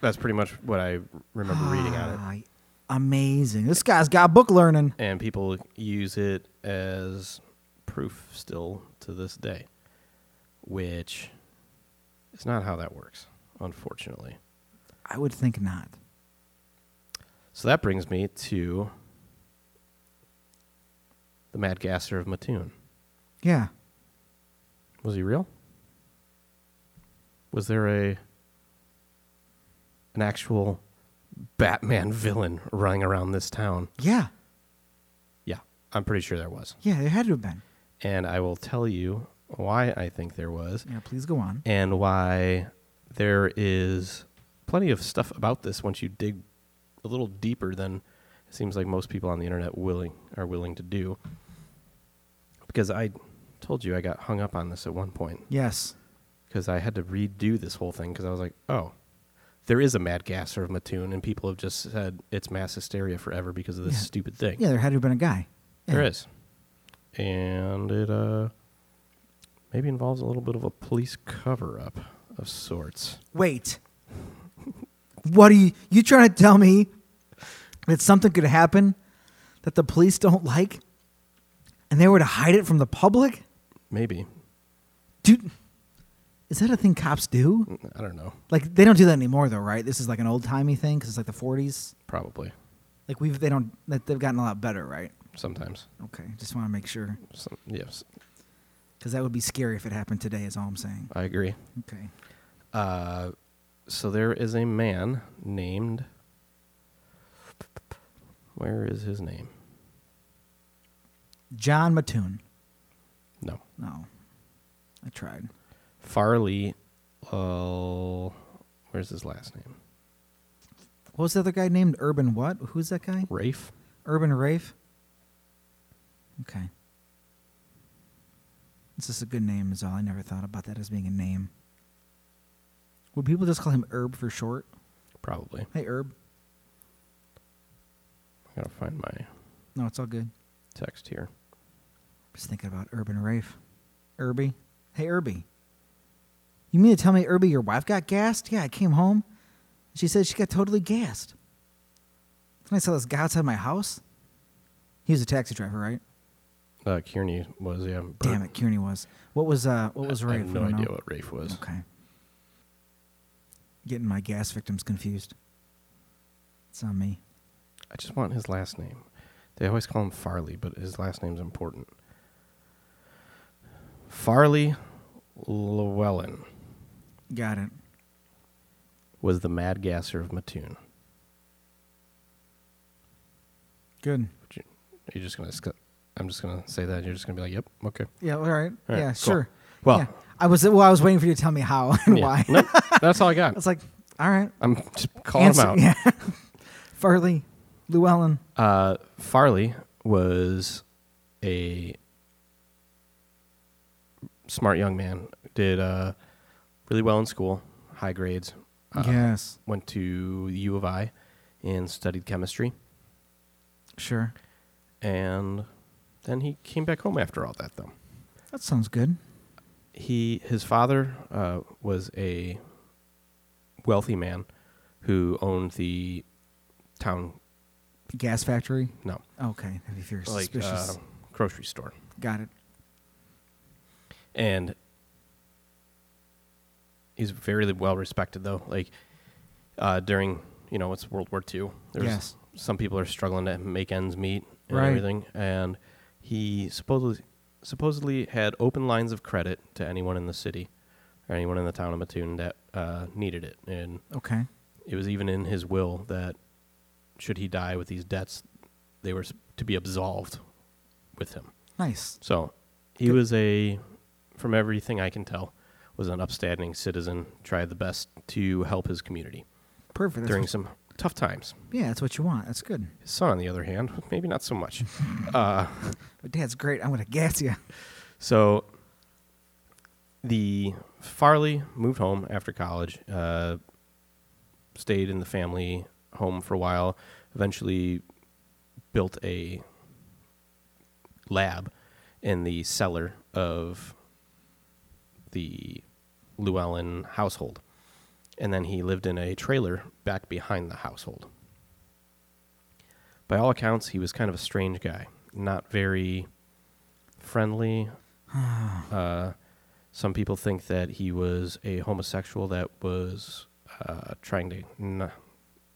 B: That's pretty much what I remember reading on it.
A: Ah, Amazing! This guy's got book learning.
B: And people use it as proof still to this day, which is not how that works, unfortunately.
A: I would think not.
B: So that brings me to the Mad Gasser of Mattoon.
A: Yeah,
B: Was he real? Was there a an actual Batman villain running around this town?
A: yeah,
B: Yeah, I'm pretty sure there was.
A: yeah. It had to have been.
B: and I will tell you why I think there was
A: Yeah, please go on.
B: and why there is plenty of stuff about this once you dig a little deeper than it seems like most people on the internet willing are willing to do. Because I told you I got hung up on this at one point
A: Yes.
B: because I had to redo this whole thing because I was like, oh, there is a mad gasser of Mattoon, and people have just said it's mass hysteria forever because of this
A: Yeah.
B: stupid thing.
A: Yeah, there had to have been a guy. Yeah.
B: There is. And it uh, maybe involves a little bit of a police cover up of sorts.
A: Wait. What are you you trying to tell me that something could happen that the police don't like and they were to hide it from the public?
B: Maybe.
A: Dude, is that a thing cops do?
B: I don't know.
A: Like they don't do that anymore though, right? This is like an old-timey thing cuz it's like the 40s.
B: Probably.
A: Like we've they don't that they've gotten a lot better, right?
B: Sometimes.
A: Okay, just want to make sure
B: Some, yes.
A: cuz that would be scary if it happened today is all I'm saying.
B: I agree.
A: Okay.
B: Uh, so there is a man named. Where is his name?
A: John Mattoon.
B: No.
A: No. I tried.
B: Farley. Uh, where's his last name?
A: What was the other guy named Urban what? Who's that guy?
B: Rafe?
A: Urban Rafe. Okay. It's just a good name is all. I never thought about that as being a name. Would people just call him Herb for short?
B: Probably.
A: Hey Herb.
B: I gotta find my
A: No, it's all good.
B: text here.
A: Just thinking about Urban Rafe. Irby. Hey Irby. You mean to tell me Irby your wife got gassed? Yeah, I came home. She said she got totally gassed. Then I saw this guy outside my house. He was a taxi driver, right?
B: Uh, Kearney was yeah.
A: Damn it, Kearney was. What was uh what was
B: I,
A: Rafe?
B: I have no
A: don't
B: idea
A: know.
B: what Rafe was.
A: Okay. Getting my gas victims confused. It's on me.
B: I just want his last name. They always call him Farley, but his last name's important. Farley Llewellyn
A: Got it.
B: was the mad gasser of Mattoon.
A: Good.
B: Would you- You're just gonna. sc- I'm just gonna say that. You're just gonna be like, "Yep, okay."
A: Yeah. All right.
B: All right,
A: yeah.
B: cool.
A: Sure.
B: Well-
A: Yeah. I was well. I was waiting for you to tell me how and
B: Yeah.
A: why.
B: Nope, that's all I got.
A: I was like, all right.
B: I'm just calling him
A: Answer-
B: out.
A: Yeah. Farley, Llewellyn.
B: Uh, Farley was a smart young man. Did uh, really well in school, high grades. Uh,
A: yes.
B: Went to U of I and studied chemistry,
A: Sure.
B: and then he came back home after all that. Though
A: That sounds good.
B: he his father uh, was a wealthy man who owned the town.
A: Gas factory.
B: No,
A: Okay. If you're
B: like uh,
A: suspicious.
B: grocery store.
A: Got it.
B: and he's very well respected though like uh, during you know it's world war ii there's
A: Yes.
B: some people are struggling to make ends meet and
A: Right.
B: everything and he supposedly supposedly had open lines of credit to anyone in the city or anyone in the town of mattoon that uh, needed it and
A: Okay.
B: it was even in his will that should he die with these debts they were s- to be absolved with him
A: Nice.
B: so he
A: Good.
B: was a, from everything I can tell, was an upstanding citizen, tried the best to help his community
A: Perfect. That's
B: during
A: what-
B: some tough times.
A: yeah, that's what you want. That's good.
B: His son, on the other hand, maybe not so much. Uh,
A: But Dad's great. I'm gonna gas you.
B: So the Farley moved home after college, uh, stayed in the family home for a while, eventually built a lab in the cellar of the Llewellyn household. And then he lived in a trailer back behind the household. By all accounts, he was kind of a strange guy, not very friendly. uh, some people think that he was a homosexual that was uh, trying to n-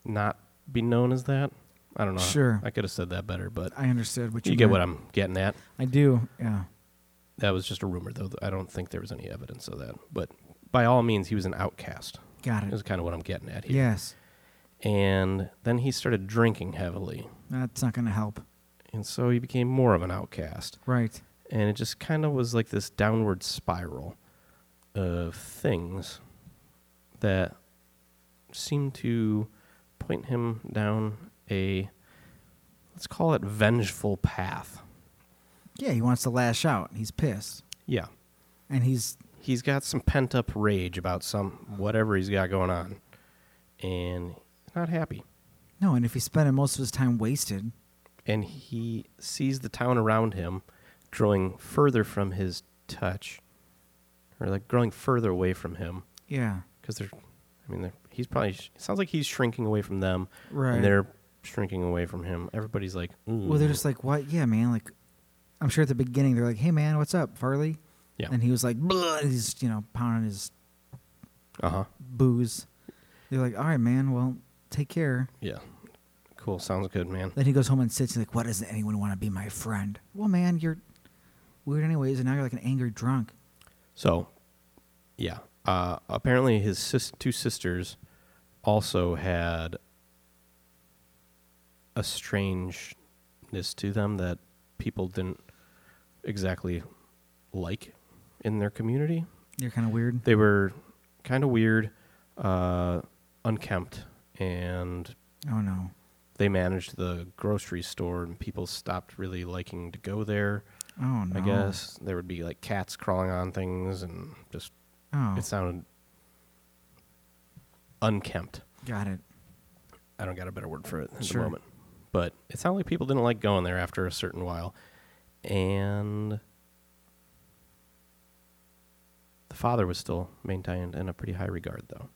B: not be known as that. I don't know.
A: Sure.
B: I could have said that better, but
A: I understood what you.
B: you get
A: meant.
B: what I'm getting at.
A: I do. Yeah.
B: That was just a rumor, though. I don't think there was any evidence of that. But by all means, he was an outcast.
A: Got it.
B: Is kind of what I'm getting at here.
A: Yes.
B: And then he started drinking heavily,
A: That's not going to help.
B: and so he became more of an outcast.
A: Right.
B: And it just kind of was like this downward spiral of things that seemed to point him down a let's call it vengeful path.
A: Yeah, he wants to lash out. He's pissed.
B: Yeah.
A: And he's
B: he's got some pent up rage about some whatever he's got going on, and he's not happy.
A: No, and if he's spending most of his time wasted,
B: And he sees the town around him growing further from his touch, or like growing further away from him,
A: yeah,
B: because they're, I mean, they're, he's probably. sh- It sounds like he's shrinking away from them,
A: right.
B: and they're shrinking away from him. Everybody's like, Ooh.
A: well, they're just like, what? Yeah, man. Like, I'm sure at the beginning they're like, hey, man, what's up, Farley?
B: Yeah.
A: And he was like, "Bleh," he's you know pounding his
B: uh huh,
A: booze. They're like, all right, man. Well, take care.
B: yeah, cool, sounds good, man.
A: Then he goes home and sits. He's like, why doesn't anyone want to be my friend? Well, man, you're weird anyways, and now you're like an angry drunk.
B: So, yeah. Uh, apparently, his sis- two sisters also had a strangeness to them that people didn't exactly like in their community.
A: You're kind of weird.
B: They were kind of weird, uh, unkempt, and
A: Oh no.
B: they managed the grocery store, and people stopped really liking to go there.
A: Oh no.
B: I guess there would be like cats crawling on things and just
A: Oh,
B: it sounded unkempt.
A: got it.
B: I don't got a better word for it at
A: Sure.
B: the moment. But it sounded like people didn't like going there after a certain while. And the father was still maintained in a pretty high regard, though,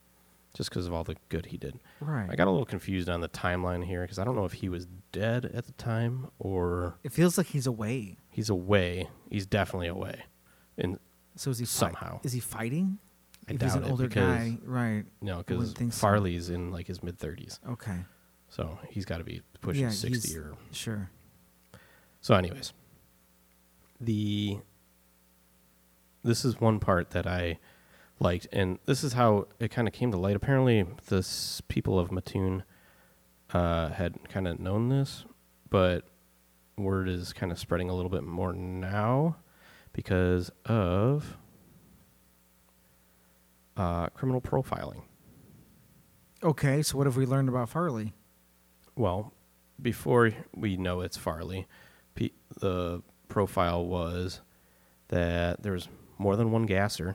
B: just because of all the good he did.
A: Right.
B: I got a little confused on the timeline here because I don't know if he was dead at the time or
A: It feels like he's away.
B: he's away. He's definitely away. And
A: So is he fi-
B: Somehow.
A: is he fighting?
B: I
A: if
B: doubt
A: he's an
B: it
A: older
B: because-
A: guy, right?
B: no, because
A: wouldn't think so.
B: Farley's in like his mid 30s.
A: Okay,
B: So he's got to be pushing
A: Yeah,
B: 60
A: he's-
B: or.
A: sure.
B: So, anyways, the. This is one part that I liked, and this is how it kind of came to light. Apparently, the s- people of Mattoon uh, had kind of known this, but word is kind of spreading a little bit more now because of uh, criminal profiling.
A: Okay, so what have we learned about Farley?
B: well, before we know it's Farley, pe- the profile was that there was more than one gasser,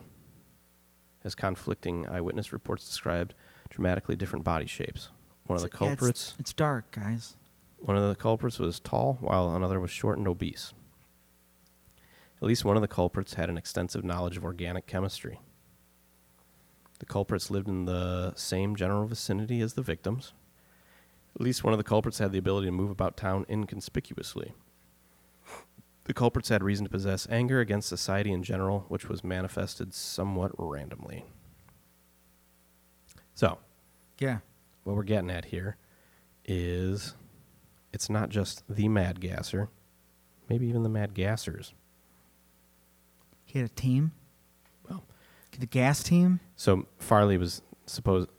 B: as conflicting eyewitness reports described dramatically different body shapes. One of the
A: Yeah, it's-
B: culprits,
A: it's, dark, guys.
B: one of the culprits was tall, while another was short and obese. At least one of the culprits had an extensive knowledge of organic chemistry. The culprits lived in the same general vicinity as the victims. At least one of the culprits had the ability to move about town inconspicuously. The culprits had reason to possess anger against society in general, which was manifested somewhat randomly. So,
A: Yeah.
B: what we're getting at here is it's not just the mad gasser, maybe even the mad gassers.
A: He had a team,
B: Well,
A: the gas team.
B: so Farley was supposed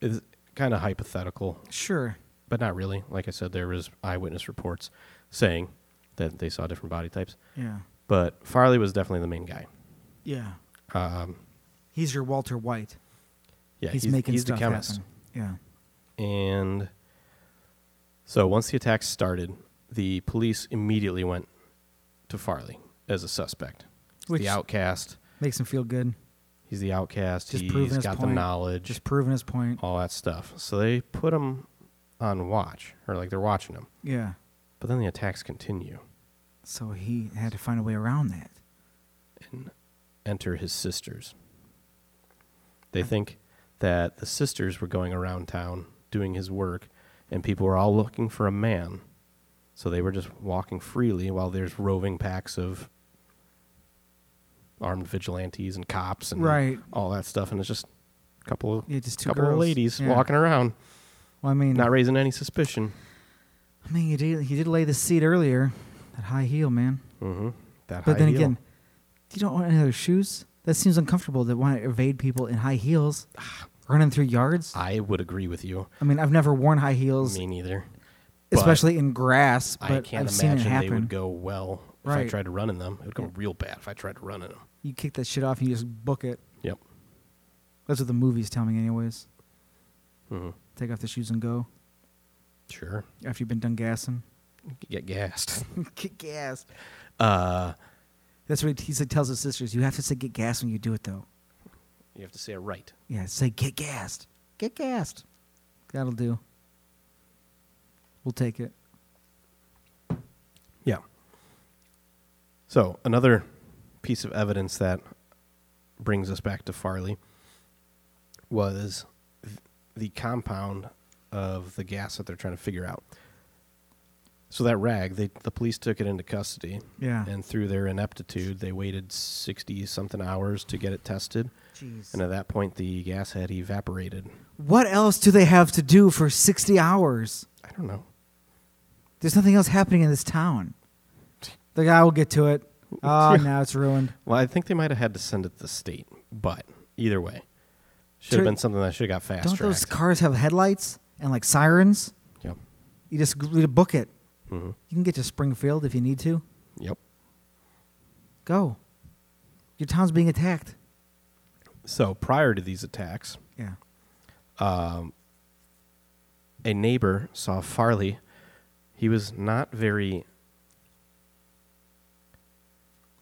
B: is kind of hypothetical,
A: Sure.
B: but not really. Like I said, there was eyewitness reports saying that they saw different body types,
A: Yeah.
B: but Farley was definitely the main guy.
A: Yeah. Um, he's your Walter White.
B: Yeah,
A: he's, making
B: he's
A: stuff
B: the chemist.
A: happen. Yeah.
B: And so once the attacks started, the police immediately went to Farley as a suspect. He's
A: Which-
B: the outcast.
A: Makes him feel good.
B: He's the outcast.
A: Just proving
B: he's
A: his
B: got the
A: point.
B: knowledge,
A: Just proving his point.
B: all that stuff. So they put him on watch, or like they're watching him.
A: Yeah.
B: But then the attacks continue
A: So he had to find a way around that.
B: and enter his sisters. They think that the sisters were going around town doing his work, and people were all looking for a man. So they were just walking freely while there's roving packs of armed vigilantes and cops and
A: Right.
B: all that stuff. And it's just a couple of,
A: Yeah, just two
B: couple of
A: girls.
B: ladies
A: Yeah.
B: walking around,
A: Well, I mean,
B: not raising any suspicion.
A: I mean, he did. He did lay the seat earlier. That high heel, man.
B: Mm-hmm. That
A: But
B: high
A: then
B: heel.
A: again, you don't want any other shoes. That seems uncomfortable to want to evade people in high heels, running through yards. I,
B: I would agree with you.
A: mean, I've never worn high heels,
B: Me neither. but
A: especially in grass. But
B: I can't
A: have seen it
B: imagine
A: happen.
B: they would go well if I
A: Right.
B: tried to run in them. It would go
A: Yeah.
B: real bad if I tried to run in them.
A: You kick that shit off and you just book it.
B: Yep.
A: That's what the movies tell me, anyways.
B: hmm
A: Take off the shoes and go
B: Sure.
A: after you've been done gassing.
B: Get gassed.
A: Get gassed.
B: Uh,
A: That's what he, he said- tells his sisters. You have to say get gassed when you do it, though.
B: you have to say it right.
A: Yeah, say get gassed. Get gassed. That'll do. We'll take it.
B: Yeah. So another piece of evidence that brings us back to Farley was th- the compound of the gas that they're trying to figure out. So that rag, they, the police took it into custody,
A: Yeah.
B: and through their ineptitude, they waited sixty something hours to get it tested.
A: Jeez.
B: And at that point, the gas had evaporated.
A: What else do they have to do for 60 hours?
B: I don't know.
A: There's nothing else happening in this town. The guy will get to it. Oh, now it's ruined.
B: Well, I think they might have had to send it to the state, but either way, should have
A: Tur-
B: been something that should have got fast
A: Don't those
B: tracked.
A: cars have headlights and like sirens?
B: Yep.
A: You just g- you book it.
B: hmm
A: You can get to Springfield if you need to.
B: Yep.
A: Go. Your town's being attacked.
B: So prior to these attacks,
A: Yeah.
B: a neighbor saw Farley. He was not very.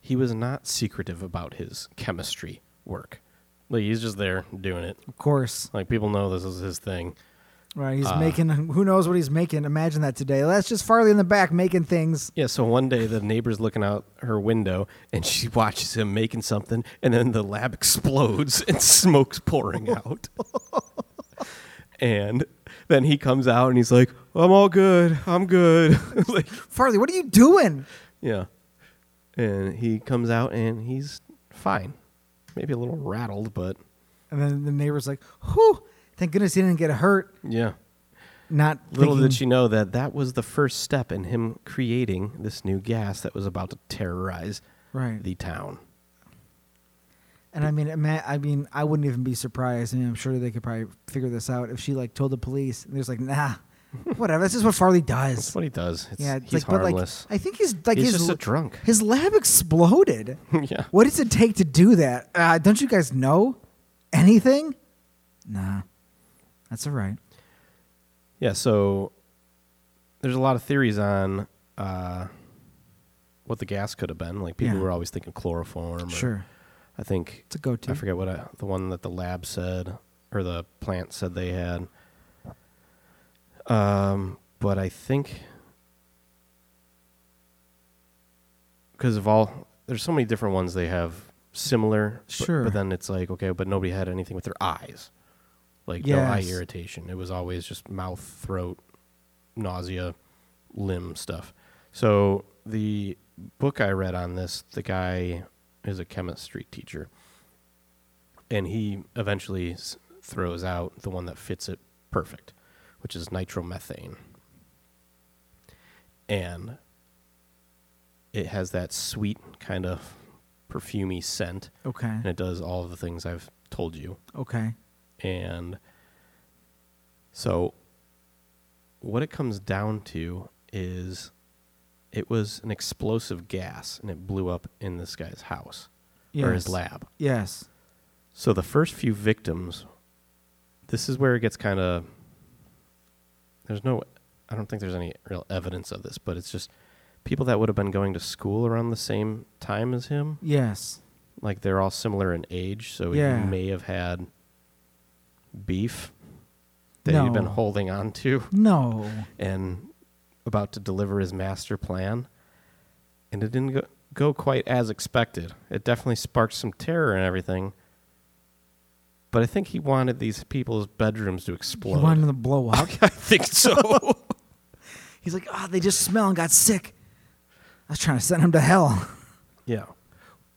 B: He was not secretive about his chemistry work. Like he's just there doing it.
A: Of course.
B: Like people know this is his thing.
A: Right.
B: Uh,
A: He's making, who knows what he's making. Imagine that today. That's just Farley in the back making things.
B: Yeah, so one day the neighbor's looking out her window and she watches him making something, and then the lab explodes and smoke's pouring out. and then he comes out and he's like, I'm all good. I'm good. like,
A: Farley, what are you doing?
B: yeah. And he comes out and he's fine. Maybe a little rattled, but
A: And then the neighbor's like, whew, thank goodness he didn't get hurt.
B: yeah.
A: Not
B: Little
A: thinking,
B: did she know that that was the first step in him creating this new gas that was about to terrorize
A: Right.
B: the town.
A: And I mean, ima- I mean, I wouldn't even be surprised. I mean, I'm sure they could probably figure this out if she like told the police. And there's like, nah, whatever. That's just what Farley does.
B: That's what he does. It's,
A: yeah, it's
B: he's
A: like,
B: harmless.
A: but like, I think he's like
B: He's
A: his
B: just a
A: l-
B: drunk.
A: His lab exploded.
B: yeah.
A: what does it take to do that? Uh, don't you guys know anything? Nah, that's all right.
B: Yeah. So there's a lot of theories on uh, what the gas could have been. Like people
A: Yeah.
B: were always thinking chloroform. Or
A: Sure,
B: I think
A: it's a go-to.
B: I forget what I, the one that the lab said or the plant said they had. Um, but I think because of all there's so many different ones they have similar. but-
A: Sure.
B: But, then it's like okay, but nobody had anything with their eyes, like no eye
A: Yes.
B: irritation. It was always just mouth, throat, nausea, limb stuff. So the book I read on this, the guy is a chemistry teacher, and he eventually s- throws out the one that fits it perfect, which is nitromethane, and it has that sweet kind of perfumey scent,
A: Okay,
B: and it does all of the things I've told you.
A: okay,
B: And so, what it comes down to is it was an explosive gas and it blew up in this guy's house or his
A: Yes.
B: lab.
A: yes,
B: So, the first few victims, this is where it gets kind of. There's no. I don't think there's any real evidence of this, but it's just people that would have been going to school around the same time as him.
A: yes,
B: Like, they're all similar in age, so
A: Yeah.
B: he may have had beef that he'd been
A: No.
B: holding on to
A: no,
B: and about to deliver his master plan. And it didn't go, go quite as expected. It definitely sparked some terror and everything. But I think he wanted these people's bedrooms to
A: you
B: explode.
A: wanted him to blow up.
B: I think so.
A: He's like, oh, they just smell and got sick. I was trying to send him to hell.
B: yeah.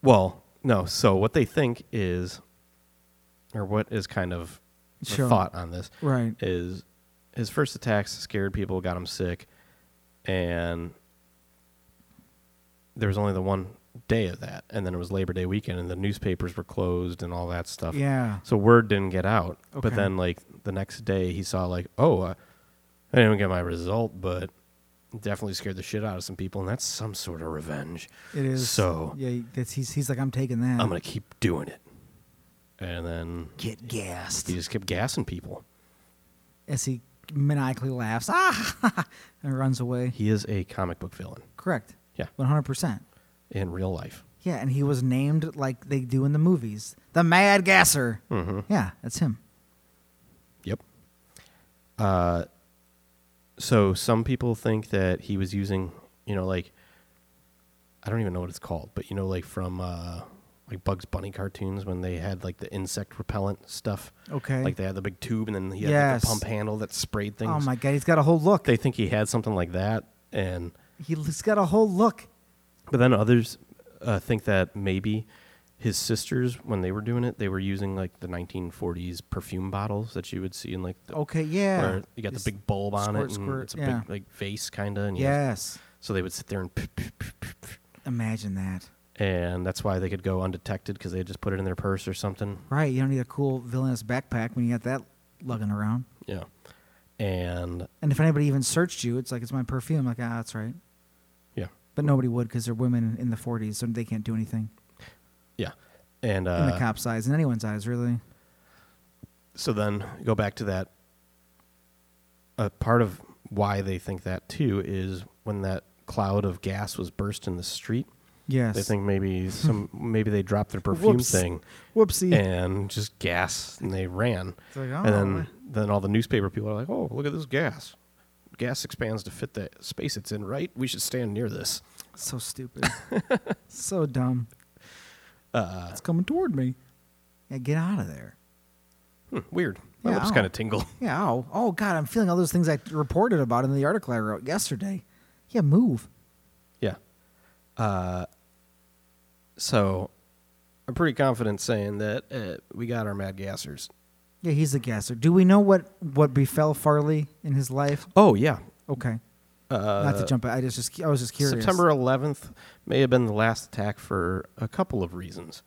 B: Well, no. So what they think is, or what is kind of the
A: Sure.
B: thought on this,
A: Right.
B: is his first attacks scared people, got him sick, and there was only the one day of that, and then it was Labor Day weekend, and the newspapers were closed and all that stuff.
A: Yeah.
B: So word didn't get out,
A: Okay.
B: but then like the next day he saw like, oh, uh, I didn't even get my result, but it definitely scared the shit out of some people, and that's some sort of revenge.
A: It is.
B: So
A: Yeah, that's, he's, he's like, I'm taking that.
B: I'm gonna keep doing it, and then
A: get gassed.
B: he just kept gassing people.
A: As he maniacally laughs, ah, and runs away.
B: He is a comic book villain.
A: Correct.
B: Yeah.
A: 100%.
B: in real life.
A: Yeah, and he was named like they do in the movies the Mad Gasser.
B: Mm-hmm.
A: Yeah, that's him.
B: Yep. Uh, so some people think that he was using, you know, like I don't even know what it's called, but you know, like from uh, like Bugs Bunny cartoons when they had like the insect repellent stuff.
A: Okay.
B: Like they had the big tube and then he had like,
A: Yes.
B: the pump handle that sprayed things.
A: Oh my god, he's got a whole look.
B: They think he had something like that, and
A: he's got a whole look.
B: but then others uh, think that maybe his sisters, when they were doing it, they were using like the 1940s perfume bottles that you would see in like the,
A: Okay, yeah.
B: where you got the
A: Just-
B: big bulb on
A: squirt,
B: it, and
A: squirt,
B: it's a
A: yeah.
B: big like vase kind of, and you just-
A: Yes.
B: so they would sit there and
A: Imagine that.
B: and that's why they could go undetected because they just put it in their purse or something.
A: Right, you don't need a cool villainous backpack when you got that lugging around.
B: Yeah, and
A: And if anybody even searched you, it's like it's my perfume. Like ah, that's right.
B: yeah,
A: But nobody would because they're women in the 40s, so they can't do anything
B: yeah, and
A: in the
B: uh,
A: cop's eyes, in anyone's eyes, really.
B: so then go back to that. A part of why they think that too is when that cloud of gas was burst in the street.
A: Yes.
B: They think maybe some maybe they dropped their perfume
A: Whoops.
B: thing
A: Whoopsie.
B: and just gas and they ran.
A: It's like,
B: and then
A: "Oh."
B: then all the newspaper people are like, "Oh, look at this gas. Gas expands to fit the space it's in, right? We should stand near this."
A: so stupid. so dumb.
B: Uh-uh.
A: it's coming toward me. Yeah, get out of there.
B: Hmm, weird. My
A: Yeah,
B: lips
A: ow.
B: kind of tingle.
A: Yeah. Ow. Oh God, I'm feeling all those things I reported about in the article I wrote yesterday. Yeah, move.
B: yeah. Uh, so I'm pretty confident saying that uh, we got our mad gassers.
A: Yeah, he's the gasser. Do we know what what befell Farley in his life?
B: Oh yeah.
A: Okay. Not to jump. I just, just I was just curious.
B: Uh, September 11th may have been the last attack for a couple of reasons.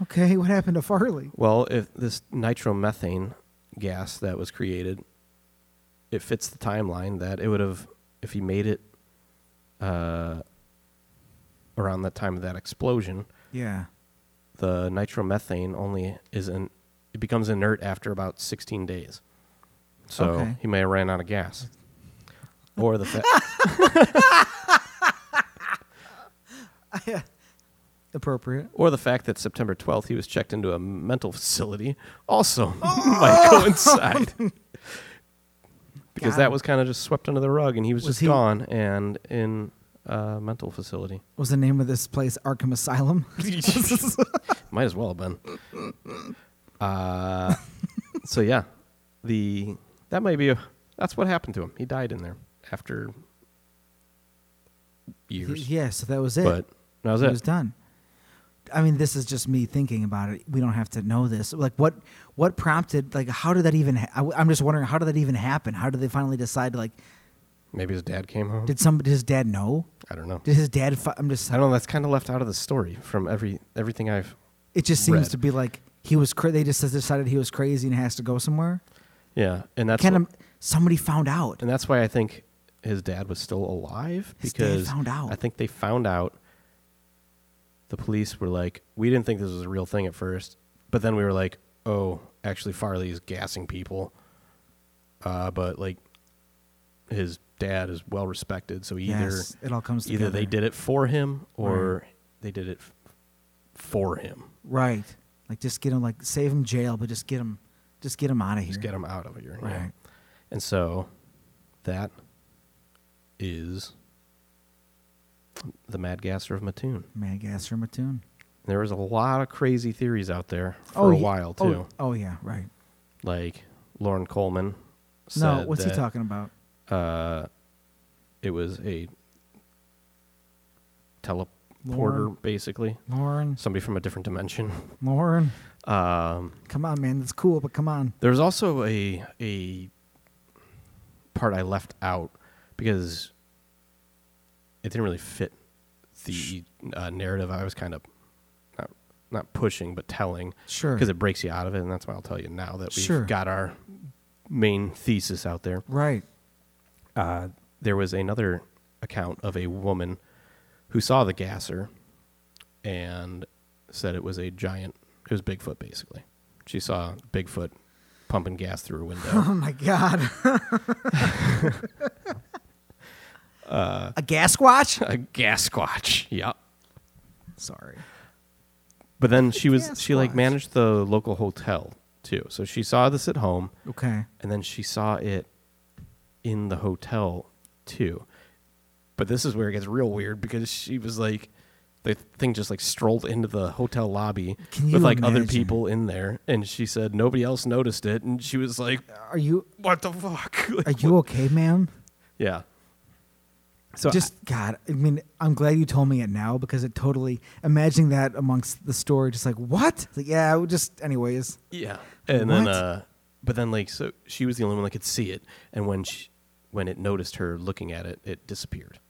A: Okay, what happened to Farley?
B: Well, if this nitromethane gas that was created, it fits the timeline that it would have if he made it uh, around the time of that explosion.
A: Yeah.
B: The nitromethane only is in it becomes inert after about 16 days, so
A: Okay.
B: he may have ran out of gas, or the fa-
A: Appropriate.
B: or the fact that September 12th he was checked into a mental facility also might
A: Oh!
B: coincide. because
A: God.
B: that was kind of just swept under the rug and he was,
A: Was
B: just
A: he-
B: gone and in a mental facility.
A: was the name of this place Arkham Asylum.
B: Might as well have been. Uh, so yeah, the that might be a, that's what happened to him. He died in there after years.
A: yeah, so that was it.
B: but that was
A: it
B: it.
A: was done. I mean, this is just me thinking about it. We don't have to know this. Like, what what prompted? Like, how did that even? Ha- I, am just wondering, how did that even happen? How did they finally decide? Like,
B: Maybe his dad came home.
A: did somebody? Did his dad know?
B: I don't know.
A: Did his dad? Fi- I'm just.
B: I don't know. That's kind of left out of the story from every everything I've.
A: It just seems
B: Red.
A: to be like he was. Cra- they just decided he was crazy and has to go somewhere.
B: Yeah, and that's
A: Can
B: what-
A: im- somebody found out?
B: and that's why I think his dad was still alive
A: His dad
B: because
A: found out.
B: I think they found out. The police were like, we didn't think this was a real thing at first, but then we were like, oh, actually Farley is gassing people. Uh, but like, his dad is well respected, so either
A: Yes, it all comes
B: either they
A: together.
B: did it for him or they did it f- for him.
A: Right. Like, just get him. Like, save him jail, but just get him. Just get him out of here.
B: Just get him out of here. yeah.
A: Right.
B: And so that is the Mad Gasser of Mattoon.
A: Mad gas from a tune.
B: There was a lot of crazy theories out there for a
A: ye-
B: while
A: oh,
B: too.
A: Oh, yeah, right.
B: Like Lauren Coleman said
A: No, what's
B: that
A: he talking about?
B: it was a teleporter
A: Lauren.
B: basically.
A: Lauren,
B: Somebody from a different dimension.
A: Lauren. Um, come on, man. That's cool, but come on.
B: There's also a a part I left out because it didn't really fit the uh, narrative I was kind of not, not pushing but telling.
A: Sure.
B: Because it breaks you out of it, and that's why I'll tell you now that we've
A: Sure.
B: got our main thesis out there.
A: Right.
B: uh, There was another account of a woman who saw the gasser and said it was a giant. It was Bigfoot, basically. She saw Bigfoot pumping gas through a window.
A: Oh my God.
B: Uh,
A: a gas watch?
B: a gas squatch. Yeah.
A: Sorry.
B: But then she was
A: gas
B: she like
A: squatch.
B: managed the local hotel too. So she saw this at home,
A: Okay.
B: and then she saw it in the hotel too. But this is where it gets real weird because she was like, the thing just like strolled into the hotel lobby
A: Can you
B: with like other
A: imagine?
B: people in there, and she said nobody else noticed it, and she was like,
A: Are you
B: "What the fuck?" Like,
A: are you okay, ma'am?
B: Yeah. So
A: just God, I mean, I'm glad you told me it now because it totally imagining that amongst the story, just like what? It's like, yeah, it would just anyways.
B: Yeah. And then
A: What?
B: uh but then like so she was the only one that could see it and when she when it noticed her looking at it, it disappeared.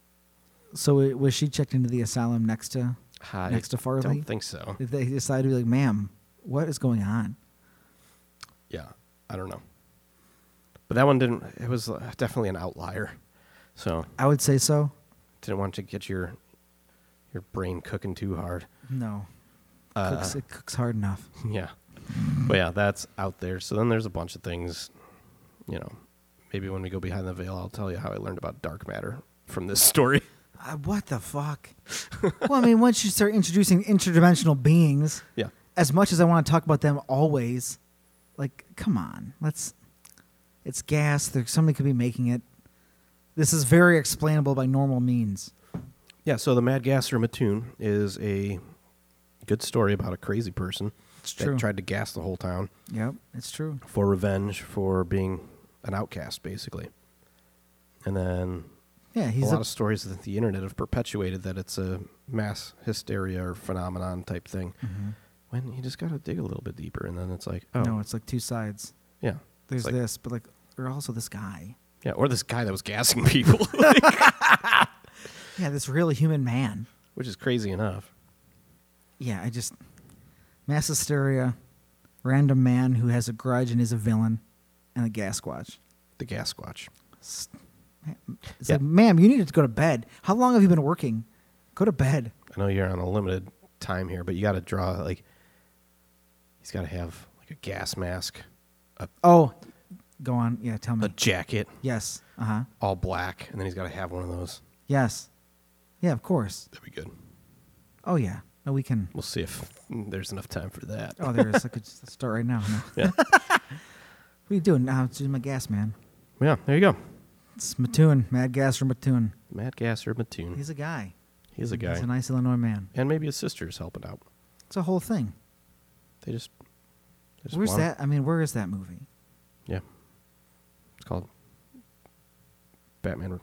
A: So it, was she checked into the asylum next to?
B: I
A: Next to Farley?
B: Don't think so.
A: Did they decide to be like, ma'am, what is going on?
B: Yeah. I don't know. But that one didn't it was uh, definitely an outlier. So
A: I would say so.
B: didn't want to get your your brain cooking too hard.
A: No,
B: Uh.
A: cooks, it cooks hard enough.
B: Yeah. But yeah, that's out there. So then there's a bunch of things, you know. Maybe when we go behind the veil, I'll tell you how I learned about dark matter from this story.
A: Uh, what the fuck? well, I mean, once you start introducing interdimensional beings,
B: Yeah.
A: as much as I want to talk about them always, like, come on, let's. It's gas. There, somebody could be making it. This is very explainable by normal means.
B: Yeah, so the Mad Gasser Mattoon is a good story about a crazy person
A: It's
B: that tried to gas the whole town
A: Yep, it's true.
B: for revenge for being an outcast, basically. And then
A: Yeah,
B: a
A: he's
B: lot
A: a,
B: of stories that the internet have perpetuated that it's a mass hysteria or phenomenon type thing.
A: Mhm.
B: When you just got to dig a little bit deeper, and then it's like, oh,
A: no. It's like two sides.
B: yeah,
A: There's
B: like-
A: this, but like, or also this guy.
B: yeah, or this guy that was gassing people,
A: Yeah, this real human man.
B: which is crazy enough.
A: Yeah, I just mass hysteria, random man who has a grudge and is a villain, and a gas squatch.
B: The gas squatch.
A: It's
B: Yeah.
A: like, ma'am, you need to go to bed. How long have you been working? Go to bed.
B: I know you're on a limited time here, but you got to draw like he's got to have like a gas mask,
A: Oh, go on. Yeah, tell me.
B: a jacket,
A: yes. Uh huh.
B: all black, and then he's got to have one of those.
A: Yes. Yeah, of course.
B: That'd be good.
A: Oh yeah. No, we can.
B: We'll see if there's enough time for that.
A: Oh, there is. I could just start right now. No.
B: Yeah,
A: What are you doing now? It's just my gas, man.
B: yeah. There you go.
A: It's Mattoon, Mad Gas from Mattoon.
B: Matt Gasser Mattoon. He's,
A: He's a guy.
B: a guy,
A: He's a nice Illinois man.
B: and maybe his sister's helping out.
A: It's a whole thing.
B: They just, they just
A: Where's
B: want him.
A: that? I mean, where is that movie?
B: Yeah, it's called Batman.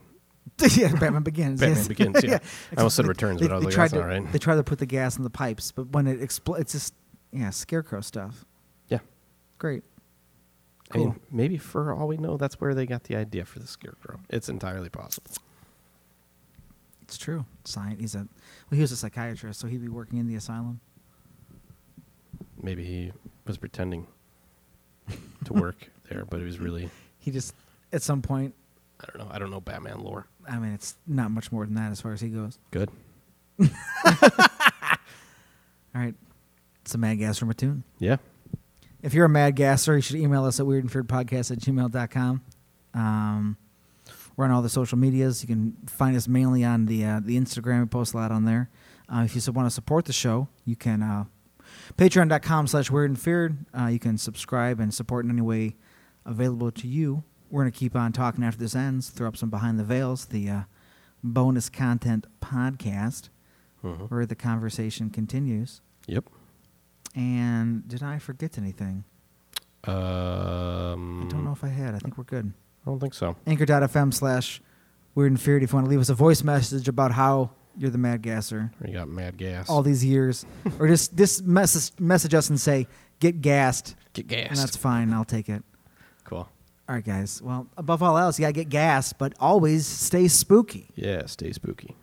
A: yeah, Batman Begins.
B: Batman
A: yes.
B: Begins. Yeah, I almost said
A: They-
B: Returns,
A: they-
B: but I was
A: they
B: like,
A: tried
B: that's
A: to,
B: not right.
A: They try to put the gas in the pipes, but when it explodes, it's just yeah, scarecrow stuff.
B: yeah.
A: Great.
B: I mean,
A: Cool.
B: maybe for all we know, that's where they got the idea for the scarecrow. It's entirely possible.
A: It's true. Science. He's a well. He was a psychiatrist, so he'd be working in the asylum.
B: Maybe he was pretending to work there, but it was really
A: He just at some point.
B: I don't know. I don't know Batman lore.
A: I mean, it's not much more than that as far as he goes.
B: Good.
A: All right, it's a mad gas from a tune.
B: Yeah.
A: If you're a mad gasser, you should email us at weirdandfearedpodcast at gmail.com. Um, we're on all the social medias. You can find us mainly on the uh, the Instagram. We post a lot on there. Uh, if you want to support the show, you can uh, patreon.com slash weird and feared. Uh, you can subscribe and support in any way available to you. We're going to keep on talking after this ends, throw up some Behind the Veils, the uh, bonus content podcast,
B: Mhm.
A: where the conversation continues.
B: Yep.
A: And did I forget anything?
B: Um,
A: I don't know if I had. I think we're good.
B: I don't think so.
A: Anchor.fm slash Weird and Feared if you want to leave us a voice message about how you're the mad gasser
B: We got mad gas.
A: all these years. or just, just message, message us and say, get gassed.
B: get
A: And that's
B: gassed.
A: fine. I'll take it.
B: Cool.
A: All right, guys. Well, above all else, you got to get gassed, but always stay spooky.
B: Yeah. Stay spooky.